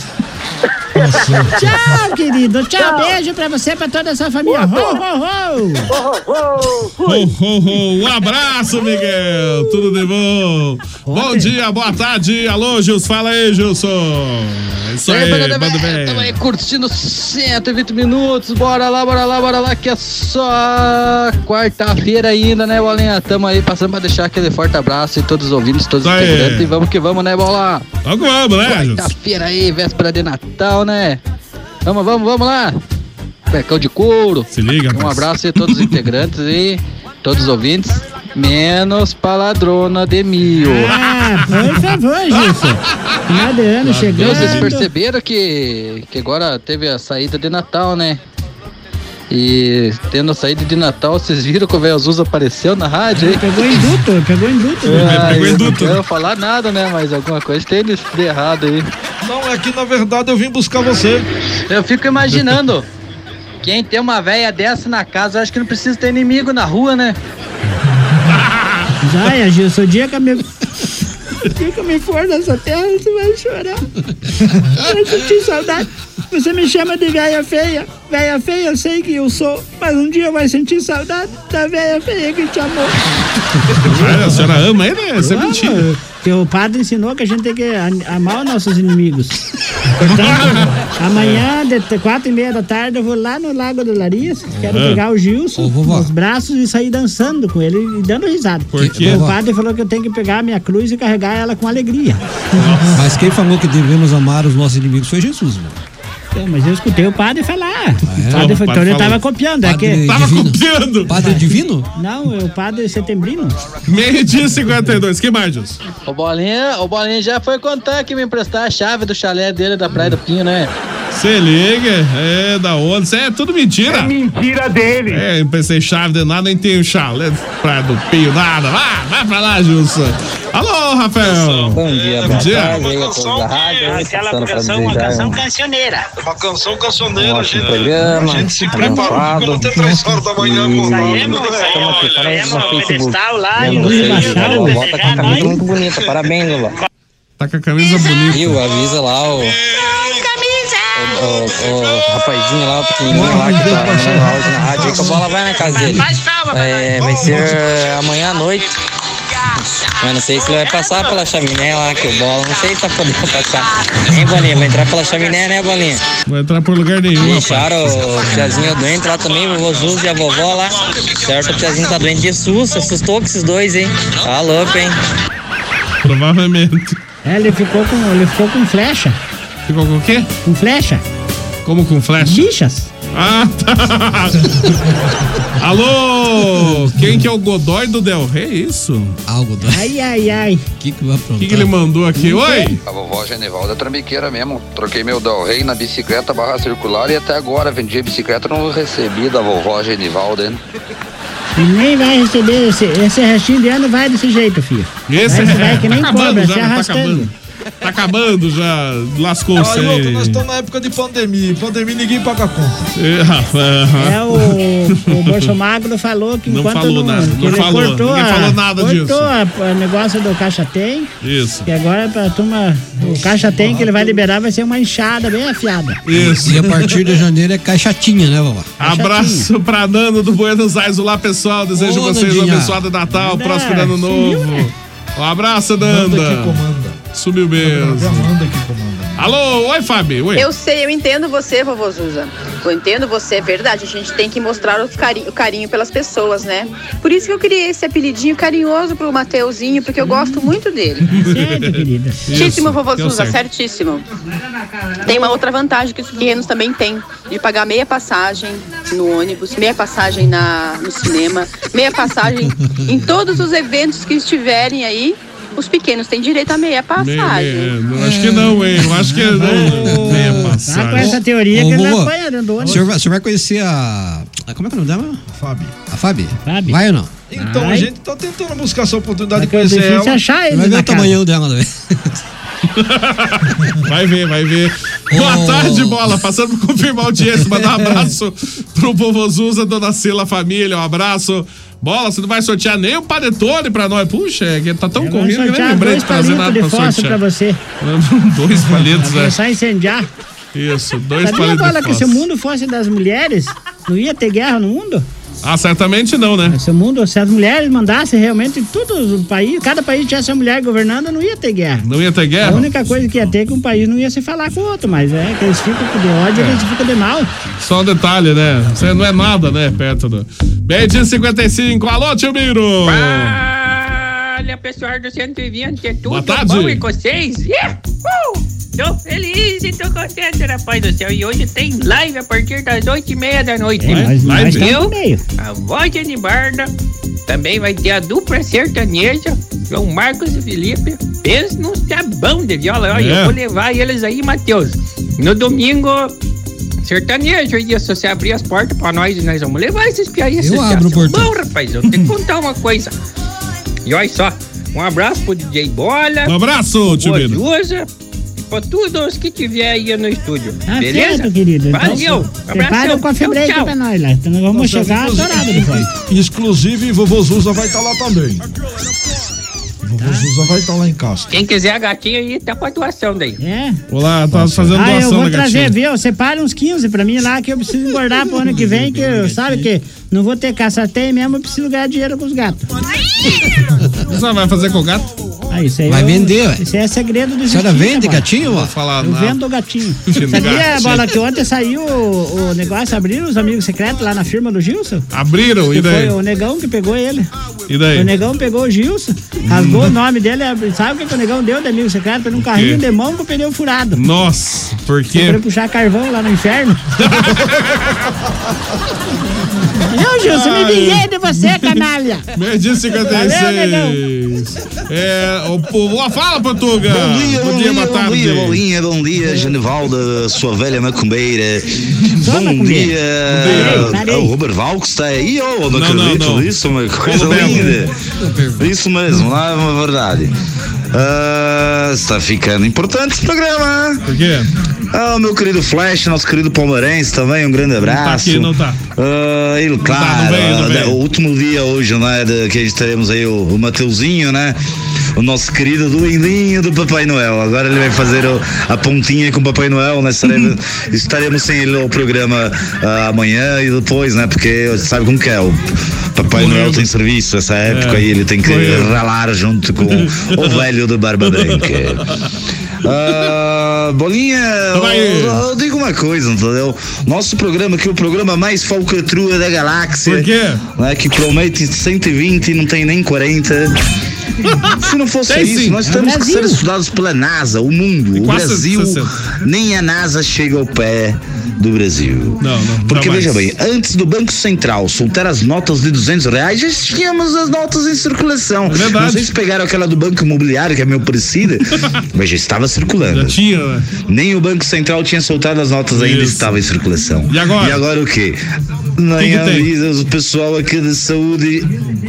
S8: Tchau, querido. Tchau,
S21: Tchau.
S8: Beijo pra você e pra toda a sua família. Ho, ho, ho.
S4: Ho, ho, ho. Um abraço, Miguel. Tudo de bom. Bom dia, boa tarde. Alô, Gilson. Fala aí, Gilson. É Isso aí, manda
S5: Estamos
S4: bem.
S5: aí curtindo 120 minutos. Bora lá, bora lá, bora lá, que é só quarta-feira ainda, né, Bolinha? Tamo aí passando pra deixar aquele forte abraço e todos os ouvintes, todos os
S4: Isso aí.
S5: integrantes. E vamos que vamos, né, Bola?
S4: Vamos que vamos, né, Gilson?
S5: Quarta-feira aí, véspera de Natal, né? Vamos, vamos, vamos lá. Pecão de couro.
S4: Se liga,
S5: Um
S4: parceiro.
S5: abraço aí a todos os integrantes e todos os ouvintes. Menos paladrona de mil.
S8: Ah, por favor, Gilson. Final de ano chegando.
S5: Vocês perceberam que, que agora teve a saída de Natal, né? E tendo a saída de Natal, vocês viram que o Velho Azul apareceu na rádio, hein?
S8: Pegou induto, pegou né? induto.
S2: É,
S4: É,
S5: Ah, eu
S21: É,
S5: Não quero falar nada, né? Mas alguma coisa tem de de errado aí.
S2: Não, é que na verdade eu vim buscar você.
S5: Eu fico imaginando. Quem tem uma véia dessa na casa, eu acho que não precisa ter inimigo na rua, né?
S8: Já é, Gilson. O dia que eu me... o dia que eu me for dessa terra, você vai chorar. Eu senti saudade. Você me chama de velha feia. Velha feia eu sei que eu sou, mas um dia vai sentir saudade da velha feia que te amou.
S4: Ah, a senhora ama ele? Isso é
S8: Eu amo.
S4: mentira.
S8: Porque o padre ensinou que a gente tem que an- amar os nossos inimigos. Portanto, amanhã, de t- quatro e meia da tarde, eu vou lá no Lago do Larias. Quero
S7: Aham.
S8: pegar o Gilson
S7: Ô, vovó.
S8: nos braços e sair dançando com ele e dando risada.
S7: Por quê?
S8: O padre falou que eu tenho que pegar a minha cruz e carregar ela com alegria.
S7: Mas quem falou que devemos amar os nossos inimigos foi Jesus, mano.
S8: É, mas eu escutei o padre falar.
S7: é?
S8: O padre falou,
S7: O
S8: então
S7: padre
S8: ele
S7: falou.
S8: tava copiando. É
S7: Padre
S8: que...
S7: Tava divino.
S4: copiando?
S7: Padre divino?
S8: Não, é o padre setembrino.
S4: Meio-dia e 52. que mais, Gilson?
S5: O Bolinha, o Bolinha já foi contar que me emprestar a chave do chalé dele da Praia do Pinho, né?
S4: Se liga, é da onde? Isso é tudo mentira. É mentira dele. É, eu pensei chave de nada, nem tenho chalé pra do pio, nada. Vá, vai pra lá, Gilson. Alô, Rafael. Bom dia,
S6: boa tarde, aí a todos da rádio, aí, passando pra desejar um cancioneira. Uma canção um cancioneira, ótimo programa, tá abençoado. E
S4: é?
S6: Estamos aqui, parabéns no Facebook. Vendo vocês, Lula Bota com a camisa muito bonita, parabéns, Lula.
S4: Tá com a camisa bonita.
S6: Viu, avisa lá o... O, o- o rapazinho lá, o pequenininho lá que tá mandando áudio na rádio aí que a bola vai na casa dele. É, vai ser eh, amanhã à noite. Mas não sei se ele vai passar pela chaminé lá, que o bola, não sei se tá podendo passar. Hein, Bolinha? Vai entrar pela chaminé, né, Bolinha?
S4: Não vai entrar por lugar nenhum, rapaz.
S6: Deixaram o tiazinho doente lá também, o vovô Zuz e a vovó lá. Certo, o tiazinho tá doente de susto, assustou com esses dois, hein? Tá louco, hein?
S4: Provavelmente.
S8: É, ele ficou com, ele ficou com flecha.
S4: Ficou com o quê?
S8: Com flecha.
S4: Como com flecha?
S8: Bichas.
S4: Ah, tá. Alô, quem que é o Godoy do Del Rey? Isso? Ah, o Godoy.
S8: Ai, ai, ai.
S4: O que, que, ele mandou aqui? Oi? Tá
S26: A vovó Genevalda é trambiqueira mesmo. Troquei meu Del Rey na bicicleta barra circular e até agora vendi a bicicleta não recebi da vovó Genivalda, hein?
S8: E nem vai receber esse, esse restinho de ano, vai desse jeito, filho.
S4: Esse
S8: vai, vai que nem
S4: tá
S8: cobra, se
S4: acabando já, tá
S8: arrastando.
S4: acabando. Tá acabando já, lascou-se.
S2: Aí, outro, Tá nós
S4: aí.
S2: estamos na época de pandemia. Pandemia ninguém paga a conta.
S4: É, Rafael.
S8: É, o, o Bolsonaro falou que
S4: Não
S8: enquanto
S4: falou nada,
S8: que
S4: não
S8: ele
S4: falou,
S8: cortou
S4: ninguém
S8: a-
S4: falou nada
S8: cortou
S4: disso.
S8: a- o negócio do Caixa Tem,
S4: Isso.
S8: que agora pra turma, o Caixa Tem que ele vai liberar vai ser uma enxada bem afiada.
S4: Isso.
S7: E a partir de janeiro é caixatinha, né, vovó?
S4: Abraço pra Nando do Buenos Aires. Olá, pessoal. Desejo
S7: Ô,
S4: a vocês um
S7: Nandinha.
S4: abençoado Natal,
S7: Nanda,
S4: próspero ano
S7: sumiu,
S4: novo.
S7: né?
S4: Um abraço, Nanda.
S7: é
S2: Nanda que comanda.
S4: Sumiu mesmo. Alô, oi, Fábio. Oi.
S19: Eu sei, eu entendo você, vovô Zuza. Eu entendo você, é verdade. A gente tem que mostrar o carinho, o carinho pelas pessoas, né? Por isso que eu criei esse apelidinho carinhoso pro Mateuzinho, porque eu gosto muito dele.
S8: Certo, querida.
S19: Certíssimo, vovô
S2: um
S8: deu
S19: Zuza,
S8: certo.
S19: certíssimo. Tem uma outra vantagem que os pequenos também têm, de pagar meia passagem no ônibus, meia passagem na, no cinema, meia passagem em todos os eventos que estiverem aí. Os pequenos têm direito a meia passagem.
S4: Eu acho que não, hein? Eu acho que
S7: É.
S4: não. Meia
S8: Tá com essa
S4: passagem.
S8: teoria
S7: Ô,
S8: que ele vai
S7: vovô,
S8: apanhar dentro do
S7: O
S8: ônibus.
S7: senhor, vai- o senhor vai conhecer a. a- Como é que é o nome dela?
S2: Fábio.
S7: A Fabi? Vai ou não?
S2: Então
S8: Ai.
S2: a gente tá tentando buscar essa oportunidade de
S8: É
S2: conhecer
S8: difícil
S2: ela.
S8: achar ele Vai ver na o casa. tamanhão
S7: dela, né?
S4: Vai ver, vai ver.
S8: Oh.
S4: Boa tarde, bola. Passando por confirmar a audiência, mandar um abraço pro povo Zuza, dona Sila, família. Um abraço. Bola, você não vai sortear nem o panetone pra nós. Puxa, é que tá tão corrido que eu nem
S8: sortear
S4: lembrei
S8: dois
S4: de trazer
S8: palitos
S4: nada
S8: de
S4: pra
S8: fósforo pra
S4: sortear.
S8: você.
S4: dois palitos,
S8: Vai
S4: né?
S8: começar a incendiar.
S4: Isso, dois
S8: Sabia,
S4: palitos
S8: Bola,
S4: de
S8: que se o
S4: fósforo.
S8: mundo fosse das mulheres, não ia ter guerra no mundo?
S4: Ah, certamente não, né?
S8: Se o mundo, se as mulheres mandassem realmente tudo o país, cada país tivesse uma mulher governando, não ia ter guerra.
S4: Não ia ter guerra?
S8: A única coisa que ia ter é que um país não ia se falar com o outro, mas é que eles ficam de ódio,
S4: É.
S8: eles ficam de mal.
S4: Só um detalhe, né? Você não é nada, né? Perto do. Meio dia e 55. Alô, tio Miro!
S10: Olha, pessoal do 120, é tudo
S4: Boa tarde.
S10: bom e com vocês? Yeah! Uh! Tô feliz e tô contente, rapaz do céu. E hoje tem live a partir das 8h30 da noite.
S8: É, nós- nós
S10: Live.
S8: estamos
S10: Eu,
S8: no meio.
S10: a voz de Anibarda, também vai ter a dupla sertaneja, João Marcos e Felipe. Pensa num sabão de viola. Olha, É. eu vou levar eles aí, Matheus. No domingo... Sertanejo, e se você abrir as portas pra nós, nós vamos levar esses piaí.
S7: Eu
S10: esses
S7: abro o
S10: piá.
S7: portão.
S10: Bom, rapaz, eu tenho que contar uma coisa. E olha só, um abraço pro DJ Bola.
S4: Um abraço, tio
S10: pro
S4: Bino.
S10: Jusa, e pra todos que tiver aí no estúdio.
S8: Tá
S10: beleza?
S8: certo, querido. Então,
S10: Valeu.
S8: Prepara o
S10: abração.
S8: coffee break
S10: Tchau, tchau.
S8: pra nós lá. Então nós vamos chegar atorado depois.
S2: Inclusive, vovô Zuza vai estar lá também. Vovô Zuza vai estar lá em casa.
S10: Quem quiser a gatinha aí, tá pra doação daí.
S8: É.
S4: Olá, tá fazendo
S8: Ah, eu
S4: doação
S8: vou
S4: da
S8: trazer,
S4: gatinha.
S8: viu? Separa uns 15 pra mim lá que eu preciso engordar pro ano que vem, que eu, sabe que não vou ter caçateio mesmo, eu preciso ganhar dinheiro com os gatos.
S4: Você vai fazer com o gato?
S8: Ah, isso aí
S4: Vai
S8: eu-
S4: vender, ué.
S8: Isso aí é segredo do
S4: A senhora
S8: justiça,
S4: vende
S8: bola.
S4: gatinho, ó? Não fala
S8: Eu
S4: nada.
S8: vendo o gatinho.
S4: Vendo
S8: Sabia,
S4: gatinho.
S8: Bola, que ontem saiu o, o negócio, abriram os amigos secretos lá na firma do Gilson?
S4: Abriram, e
S8: Que
S4: daí?
S8: Foi o Negão que pegou ele.
S4: E daí? Hum.
S8: O Negão pegou o Gilson, rasgou o nome dele, é, sabe o que, que o Negão deu de amigo secreto? Foi um carrinho de mão com o pneu furado.
S4: Nossa, por quê?
S8: Pra puxar carvão lá no inferno. Não, Gilson, me
S4: Ai.
S8: vinguei de você, canalha.
S4: Meio dia e 56.
S8: Valeu,
S4: é, o povo. Fala, Portuga!
S11: Bom dia, bom dia,
S4: boa
S11: bom
S4: tarde.
S11: dia, bom dia, bom dia, Genivalda, sua velha macumbeira. Bom
S4: macumbeira.
S11: dia ao Robert Val que está aí, oh, não,
S4: Não, não,
S11: acredito
S4: não.
S11: nisso, uma coisa
S4: Colomelo.
S11: linda. Isso mesmo, lá é uma verdade. Ah, está ficando importante esse programa.
S4: Por quê?
S11: Ah, o meu querido Flash, nosso querido palmeirense também, um grande abraço.
S4: aqui, não tá.
S11: Ah, ele, claro,
S4: não veio, não
S11: ah,
S4: veio.
S11: o último dia hoje, né, de, que a gente teremos aí o, o Mateuzinho, né? O nosso querido duendinho do Papai Noel. Agora ele vai fazer o- a pontinha com o Papai Noel, né? Estaremos,
S4: Uhum.
S11: estaremos sem ele no programa ah, amanhã e depois, né? Porque sabe como que é? O Papai Noel tem serviço essa época
S4: É.
S11: e ele tem que
S5: Correndo.
S11: ralar junto com o velho do Barba Branca. Ah, bolinha, eu, eu digo uma coisa, entendeu? Nosso programa aqui, é o programa mais falcatrua da galáxia. Por quê? Né, que promete 120 e não tem nem 40. Se não fosse
S5: Tem
S11: isso,
S5: sim.
S11: nós
S5: É o
S11: temos que
S5: Brasil.
S11: ser estudados pela NASA, o mundo, o
S5: quase
S11: Brasil.
S5: 60.
S11: Nem a NASA chega ao pé do Brasil.
S4: Não, não.
S11: Porque
S4: jamais.
S11: veja bem, antes do Banco Central soltar as notas de 200 reais, já tínhamos as notas em circulação. É
S4: verdade.
S11: Não sei se pegaram aquela do Banco Imobiliário, que é meio parecida, mas já estava circulando. Já
S4: tinha, né?
S11: Nem o Banco Central tinha soltado as notas ainda, estava em circulação. E agora? E agora o quê? Na
S5: que tem?
S11: Anvisa, o pessoal aqui da saúde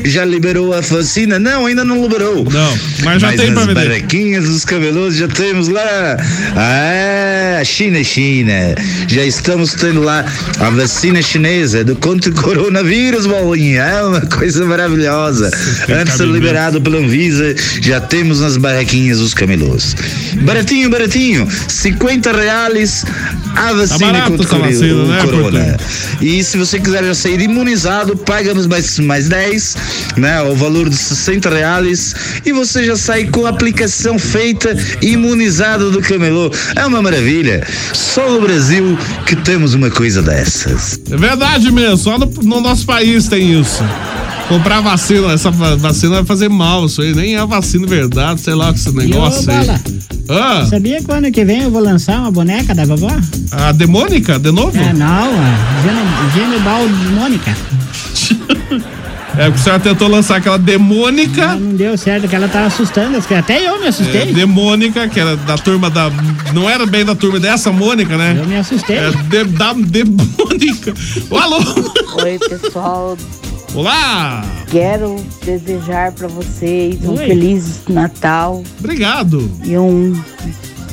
S11: já liberou a vacina? Não, ainda não liberou. Não,
S4: mas já tem pra
S11: nas
S4: vender.
S11: barraquinhas dos cabeludos já temos lá. Ah, China, China. Já estamos tendo lá a vacina chinesa do contra o coronavírus, bolinha. É uma coisa maravilhosa. Antes de ser liberado pela Anvisa, já temos nas barraquinhas os camelôs. Baratinho, baratinho. 50 reais a vacina
S4: Tá barato
S11: contra o
S4: essa
S11: coro-
S4: vacina, né,
S11: corona.
S4: Portugal?
S11: E se você quiser já sair imunizado, paga nos mais, mais 10, né? O valor de 60 reais. E você já sai com a aplicação feita, imunizado do camelô. É uma maravilha. Só no Brasil que temos uma coisa dessas.
S4: É verdade mesmo, só no, no nosso país tem isso. Comprar vacina, essa va- vacina vai fazer mal, isso aí nem é vacina de verdade, sei lá, com esse negócio
S8: ô,
S4: aí.
S8: Bola?
S4: Ah,
S8: Sabia que o ano que vem eu vou lançar uma boneca da vovó?
S4: a demônica, de novo?
S8: É, não, a Gene- Genebal Mônica.
S4: É, porque a senhora tentou lançar aquela demônica.
S8: Não, não deu certo, que ela tava assustando, as crianças. até eu me assustei.
S4: É, demônica, que era da turma da. Não era bem da turma dessa Mônica, né? Eu
S8: me assustei.
S4: É, de, da demônica. Ô, Alô!
S27: Oi, pessoal
S4: Olá!
S28: Quero desejar para vocês um feliz Natal.
S4: Obrigado!
S28: E um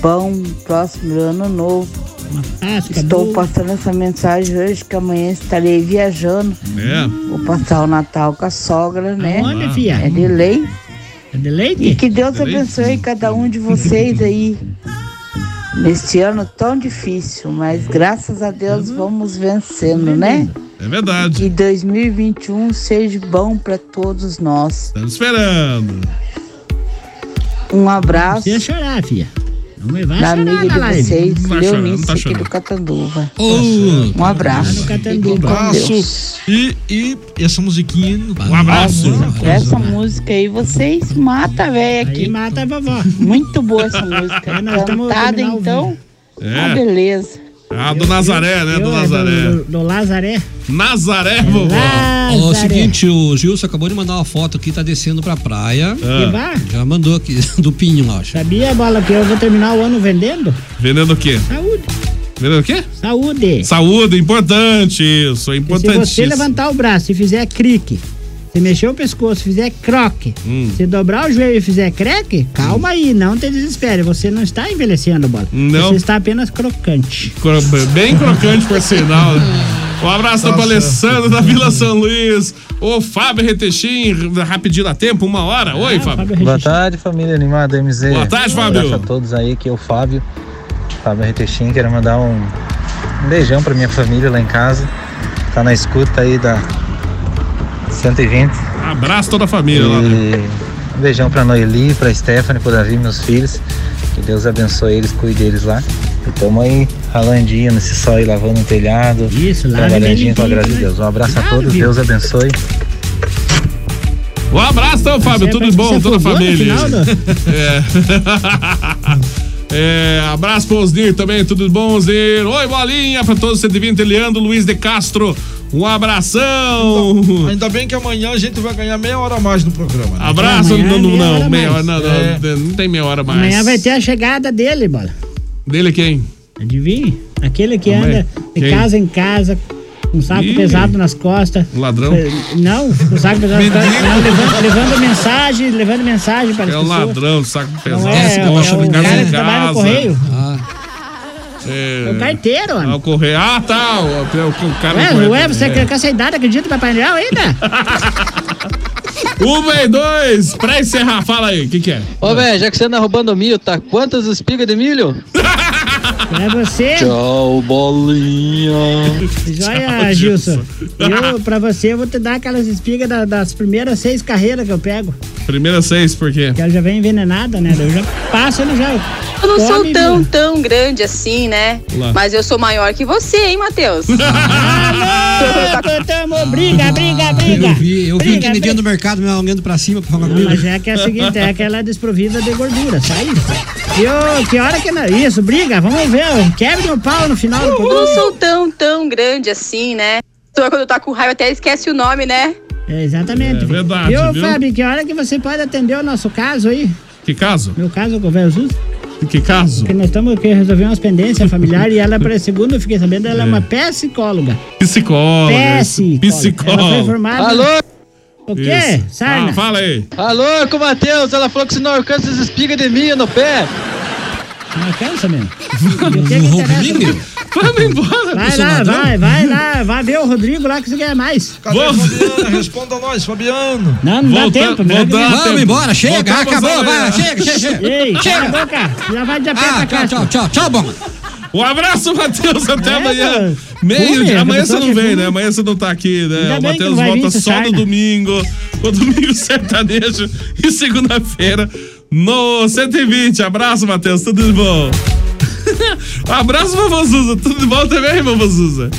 S28: bom próximo ano novo. Estou passando essa mensagem hoje que amanhã estarei viajando.
S4: É.
S28: Vou passar o Natal com a sogra, né?
S4: Aonde, fia?
S28: É de lei.
S8: Ah, É de lei?
S28: E que Deus
S8: É de lei?
S28: abençoe cada um de vocês aí. Neste ano tão difícil, mas graças a Deus
S8: Uhum.
S28: vamos vencendo, né?
S4: É verdade.
S28: Que 2021 seja bom para todos nós.
S4: Estamos esperando.
S28: Um abraço. Não
S8: chorar, filha. Não vai
S28: da
S8: chorar
S28: amiga
S8: na
S28: de
S8: live.
S28: vocês,
S8: Não vai chorar, não
S28: Leonice,
S8: tá
S28: aqui
S8: chorando.
S28: do Catanduva.
S8: chorando.
S28: um abraço.
S8: Lá no
S28: Fiquem com Deus.
S2: abraço. E, e essa musiquinha. Um abraço.
S28: Essa música aí, vocês mata a véia aqui.
S8: mata a vovó.
S28: Muito boa essa música.
S8: nós tamo
S28: Cantada,
S8: terminar o
S28: então.
S4: É.
S28: Uma beleza.
S4: Ah, do Nazaré, né? Do
S28: eu-
S4: Nazaré.
S8: é Do, do é? Lazaré.
S4: Nazaré, vovó.
S7: Ó, ó, o seguinte, o Gilson acabou de mandar uma foto aqui, tá descendo pra praia.
S4: Ah.
S8: Que vá?
S7: Já mandou aqui, do Pinho, lá, acho.
S8: Sabia, bola, que eu vou terminar o ano vendendo?
S4: Vendendo o quê?
S8: Saúde.
S4: Vendendo o quê?
S8: Saúde.
S4: Saúde, importante isso, é
S8: Se
S4: importantíssimo.
S8: você levantar o braço e fizer crique, se mexer o pescoço e fizer croque,
S4: Hum.
S8: se dobrar o joelho e fizer creque, calma aí, não te desespere. Você não está envelhecendo, bola.
S4: Não.
S8: Você está apenas crocante.
S4: Cro- Bem crocante, por sinal. Um abraço
S8: Tá certo.
S4: da Palestra da Vila São Luís. Ô, Fábio Retechim, rapidinho dá tempo, uma hora. Oi, Fábio.
S29: Boa tarde, família animada MZ.
S4: Boa tarde,
S29: Um
S4: Fábio.
S29: abraço a todos aí, aqui é o Fábio. Fábio Retechim, quero mandar um um beijão pra minha família lá em casa. Tá na escuta aí da 120.
S4: Abraço toda a família lá. né?
S29: E um beijão pra Noeli, pra Stephanie, pro Davi, meus filhos. Que Deus abençoe eles, cuide deles lá. E tamo aí ralandinho nesse sol aí, lavando o telhado.
S8: Isso, lá bem
S29: Trabalhadinho
S8: limpinho,
S29: com a graça de
S8: né?
S29: Deus. Um abraço a
S8: Claro,
S29: todos,
S8: viu?
S29: Deus abençoe.
S4: Um abraço, então, Fábio.
S29: Você
S4: Tudo
S29: parece que
S4: bom,
S29: você
S4: toda a
S29: afogou no
S4: família.
S29: final, né?
S4: É. É, abraço pro Osnir também, tudo bom, Osnir? Oi, bolinha pra todos, 120, Leandro Luiz de Castro. Um abração.
S2: Ainda bem que amanhã a gente vai ganhar meia hora a mais no programa. né?
S4: Abraço, não,
S2: Amanhã é
S4: não,
S2: meia
S4: não,
S2: hora a
S4: meia hora,
S2: mais.
S4: não, não,
S2: É.
S4: não tem meia hora a mais.
S8: Amanhã vai ter a chegada dele, bola.
S4: Dele quem?
S8: Adivinha? Aquele que
S4: Como é?
S8: anda de
S4: Quem?
S8: casa em casa, com um saco
S4: Ih.
S8: pesado nas costas.
S4: Um ladrão?
S8: Eh, Não, com saco pesado nas costas. Não, tá levando, levando mensagem, levando mensagem para as
S4: É o
S8: pessoas.
S4: ladrão, saco pesado.
S8: Não é, é o-
S4: Poxa,
S8: é o
S4: de casa
S8: cara
S4: em
S8: que trabalha no
S4: casa.
S8: correio.
S4: É.
S8: É o carteiro, homem.
S4: Ah, o correio. Ah, tá. O, o- o cara
S8: Ué,
S4: do correio.
S8: ué, você
S4: É.
S8: quer assim- com essa idade acredita no Papai Noel ainda?
S4: Uma e dois, pra encerrar, fala aí, o que que é?
S5: Ô, velho, já que você anda roubando milho, tá quantas espigas de milho?
S8: É você.
S5: Tchau, bolinha.
S8: Joia, Gilson. Eu, pra você, eu vou te dar aquelas espigas da- das primeiras seis carreiras que eu pego.
S4: Primeira seis, por quê?
S8: Que ela já vem envenenada, né? Eu já passo, ele já.
S19: Eu não
S8: come,
S19: sou tão,
S8: viu?
S19: tão grande assim, né?
S8: Lá.
S19: Mas eu sou maior que você, hein, Matheus?
S8: Alô, tamo, briga, briga, briga.
S7: Eu vi, eu vi
S8: Briga,
S7: aquele dia no mercado, me olhando pra cima pra falar
S8: Não,
S7: comigo.
S8: mas é que é a seguinte, é que ela é desprovida de gordura, só isso. E ô, que hora que. não- Isso, briga, vamos ver. ó, Um Quebre o pau no final do
S19: Eu não
S8: programa.
S19: sou tão, tão grande assim, né? Então, Quando tá com raiva, até esquece o nome, né?
S8: É, exatamente.
S4: É verdade,
S8: e ô,
S4: viu?
S8: Fábio, que hora que você pode atender o nosso caso aí?
S4: Que caso?
S8: Meu caso com o velho Zuz?
S4: Que caso?
S8: Porque nós estamos aqui resolvendo umas pendências familiares e ela, para segundo eu fiquei sabendo, ela é, uma psicóloga.
S4: Psicóloga.
S8: Péssimo.
S4: Psicóloga.
S8: Ela foi formada-
S5: Alô?
S8: O quê?
S5: Isso.
S8: Sarna?
S5: Ah,
S4: fala aí.
S5: Alô, com o Matheus, ela falou que se não alcança as espigas de milho no pé.
S8: Não alcança mesmo. E o que que interessa?
S4: Vamos embora.
S8: Vai
S2: seu
S8: lá,
S2: ladrão.
S8: vai, vai lá, vai ver o Rodrigo lá que você ganha mais.
S2: Cadê a Fabiana? Responda a nós, Fabiano.
S8: Não, não dá Volta- tempo, melhor que voltar nem- a tempo.
S2: Voltamos a ler.
S8: Ei,
S2: Chega.
S8: chega. Cala a boca. Já vai de a pé pra casa.
S7: Ah, tchau, tchau, bom.
S4: Um abraço, Matheus, até amanhã.
S7: É, mano.
S4: Meio
S7: Fume,
S4: dia. Amanhã
S7: a
S4: você
S7: pessoa
S4: não
S7: que
S4: vem,
S7: fume.
S4: né? Amanhã você não tá aqui,
S7: Ainda
S4: né? O
S7: bem que
S4: Matheus
S7: não vai
S4: volta
S7: vir,
S4: só
S7: sarna.
S4: no domingo. O domingo sertanejo e segunda-feira no 120. Abraço, Matheus, tudo de bom. Abraço, vovô Zuza. Tudo de bom também, vovô Zuza?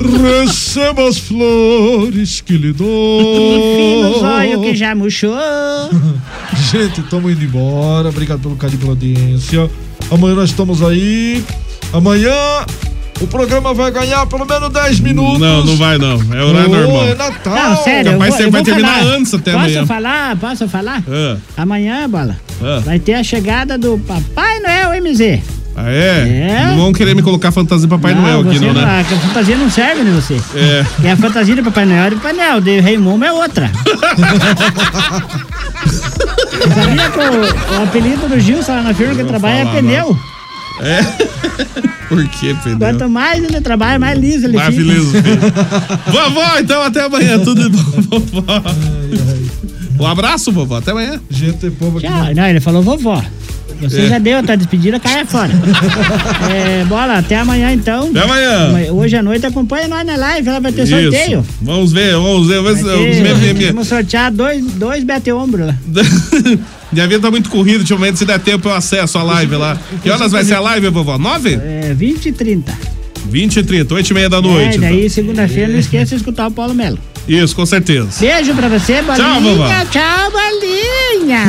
S2: Receba as flores que lhe dou.
S8: Enfim, nos olhos que já murchou.
S2: Gente, estamos indo embora. Obrigado pelo carinho pela audiência. Amanhã nós estamos aí. Amanhã o programa vai ganhar pelo menos 10 minutos.
S4: Não, não vai não. É horário
S2: Ô,
S4: normal.
S2: é Natal.
S8: Não, sério, eu
S4: Capaz
S8: vou,
S4: você
S8: eu
S4: vai
S8: vou
S4: terminar
S8: falar.
S4: antes até
S8: posso
S4: amanhã.
S8: falar? Posso falar?
S4: Ah,
S8: Amanhã, bola,
S4: ah.
S8: vai ter a chegada do Papai Noel MZ.
S4: Ah, é?
S8: É.
S4: Não vão querer me colocar fantasia de Papai Noel aqui,
S8: você
S7: é
S4: não, né?
S8: A fantasia não serve, né, você?
S4: É.
S8: E a fantasia do Papai Noel é de Papai Noel, de Rei Momo é outra. Você Sabia que o, o apelido do Gilson lá na firma que ele trabalha é
S4: falar,
S8: pneu.
S4: É. Por que,
S7: tá
S4: Pedro?
S8: Quanto mais ele trabalha, mais liso ele né? fica.
S4: Maravilhoso, filho. vovó, então até amanhã. Tudo de bom, vovó. Um abraço, vovó. Até amanhã.
S2: Gente, é povo aqui.
S8: Tchau. Não, ele falou vovó. Você
S4: É.
S8: já deu, tá despedida, cai fora. é, bola, até amanhã então.
S4: Até amanhã.
S8: Hoje à noite acompanha nós na live, ela vai ter sorteio.
S4: Isso. Vamos ver, vamos ver. Vamos ver.
S8: E
S4: Minha, minha, minha-
S8: Vamos sortear dois, dois bete ombro lá.
S4: minha vida tá muito corrida ultimamente. Se der tempo, eu acesso a live lá. Que horas vai ser a live, vovó? Nove?
S8: É, 20 e 30.
S4: 20 e 30, 8 e meia da noite.
S8: É,
S4: então.
S8: daí segunda-feira não esqueça de escutar o Paulo Melo.
S4: Isso, com certeza.
S8: Beijo pra você, bolinha.
S4: Tchau, vovó.
S8: Tchau, bolinha.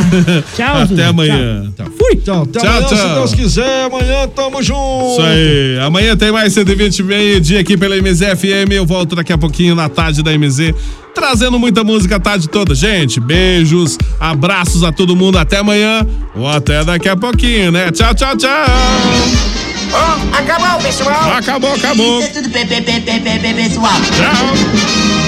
S8: Tchau,
S4: Até
S8: Zuzu.
S4: amanhã. Tchau.
S8: Fui. Tchau,
S2: até
S4: Tchau,
S2: amanhã, se
S4: tchau.
S2: Deus quiser. Amanhã tamo junto.
S4: Isso aí. Amanhã tem mais 120 meio-dia aqui pela MZFM. Eu volto daqui a pouquinho na tarde da MZ, trazendo muita música a tarde toda. Gente, beijos, abraços a todo mundo. Até amanhã ou até daqui a pouquinho, né? Tchau, tchau, tchau.
S3: acabou, pessoal.
S4: Acabou, acabou.
S3: Isso é tudo, pe- pe- pe- pe- pe- pe- pessoal.
S4: Tchau.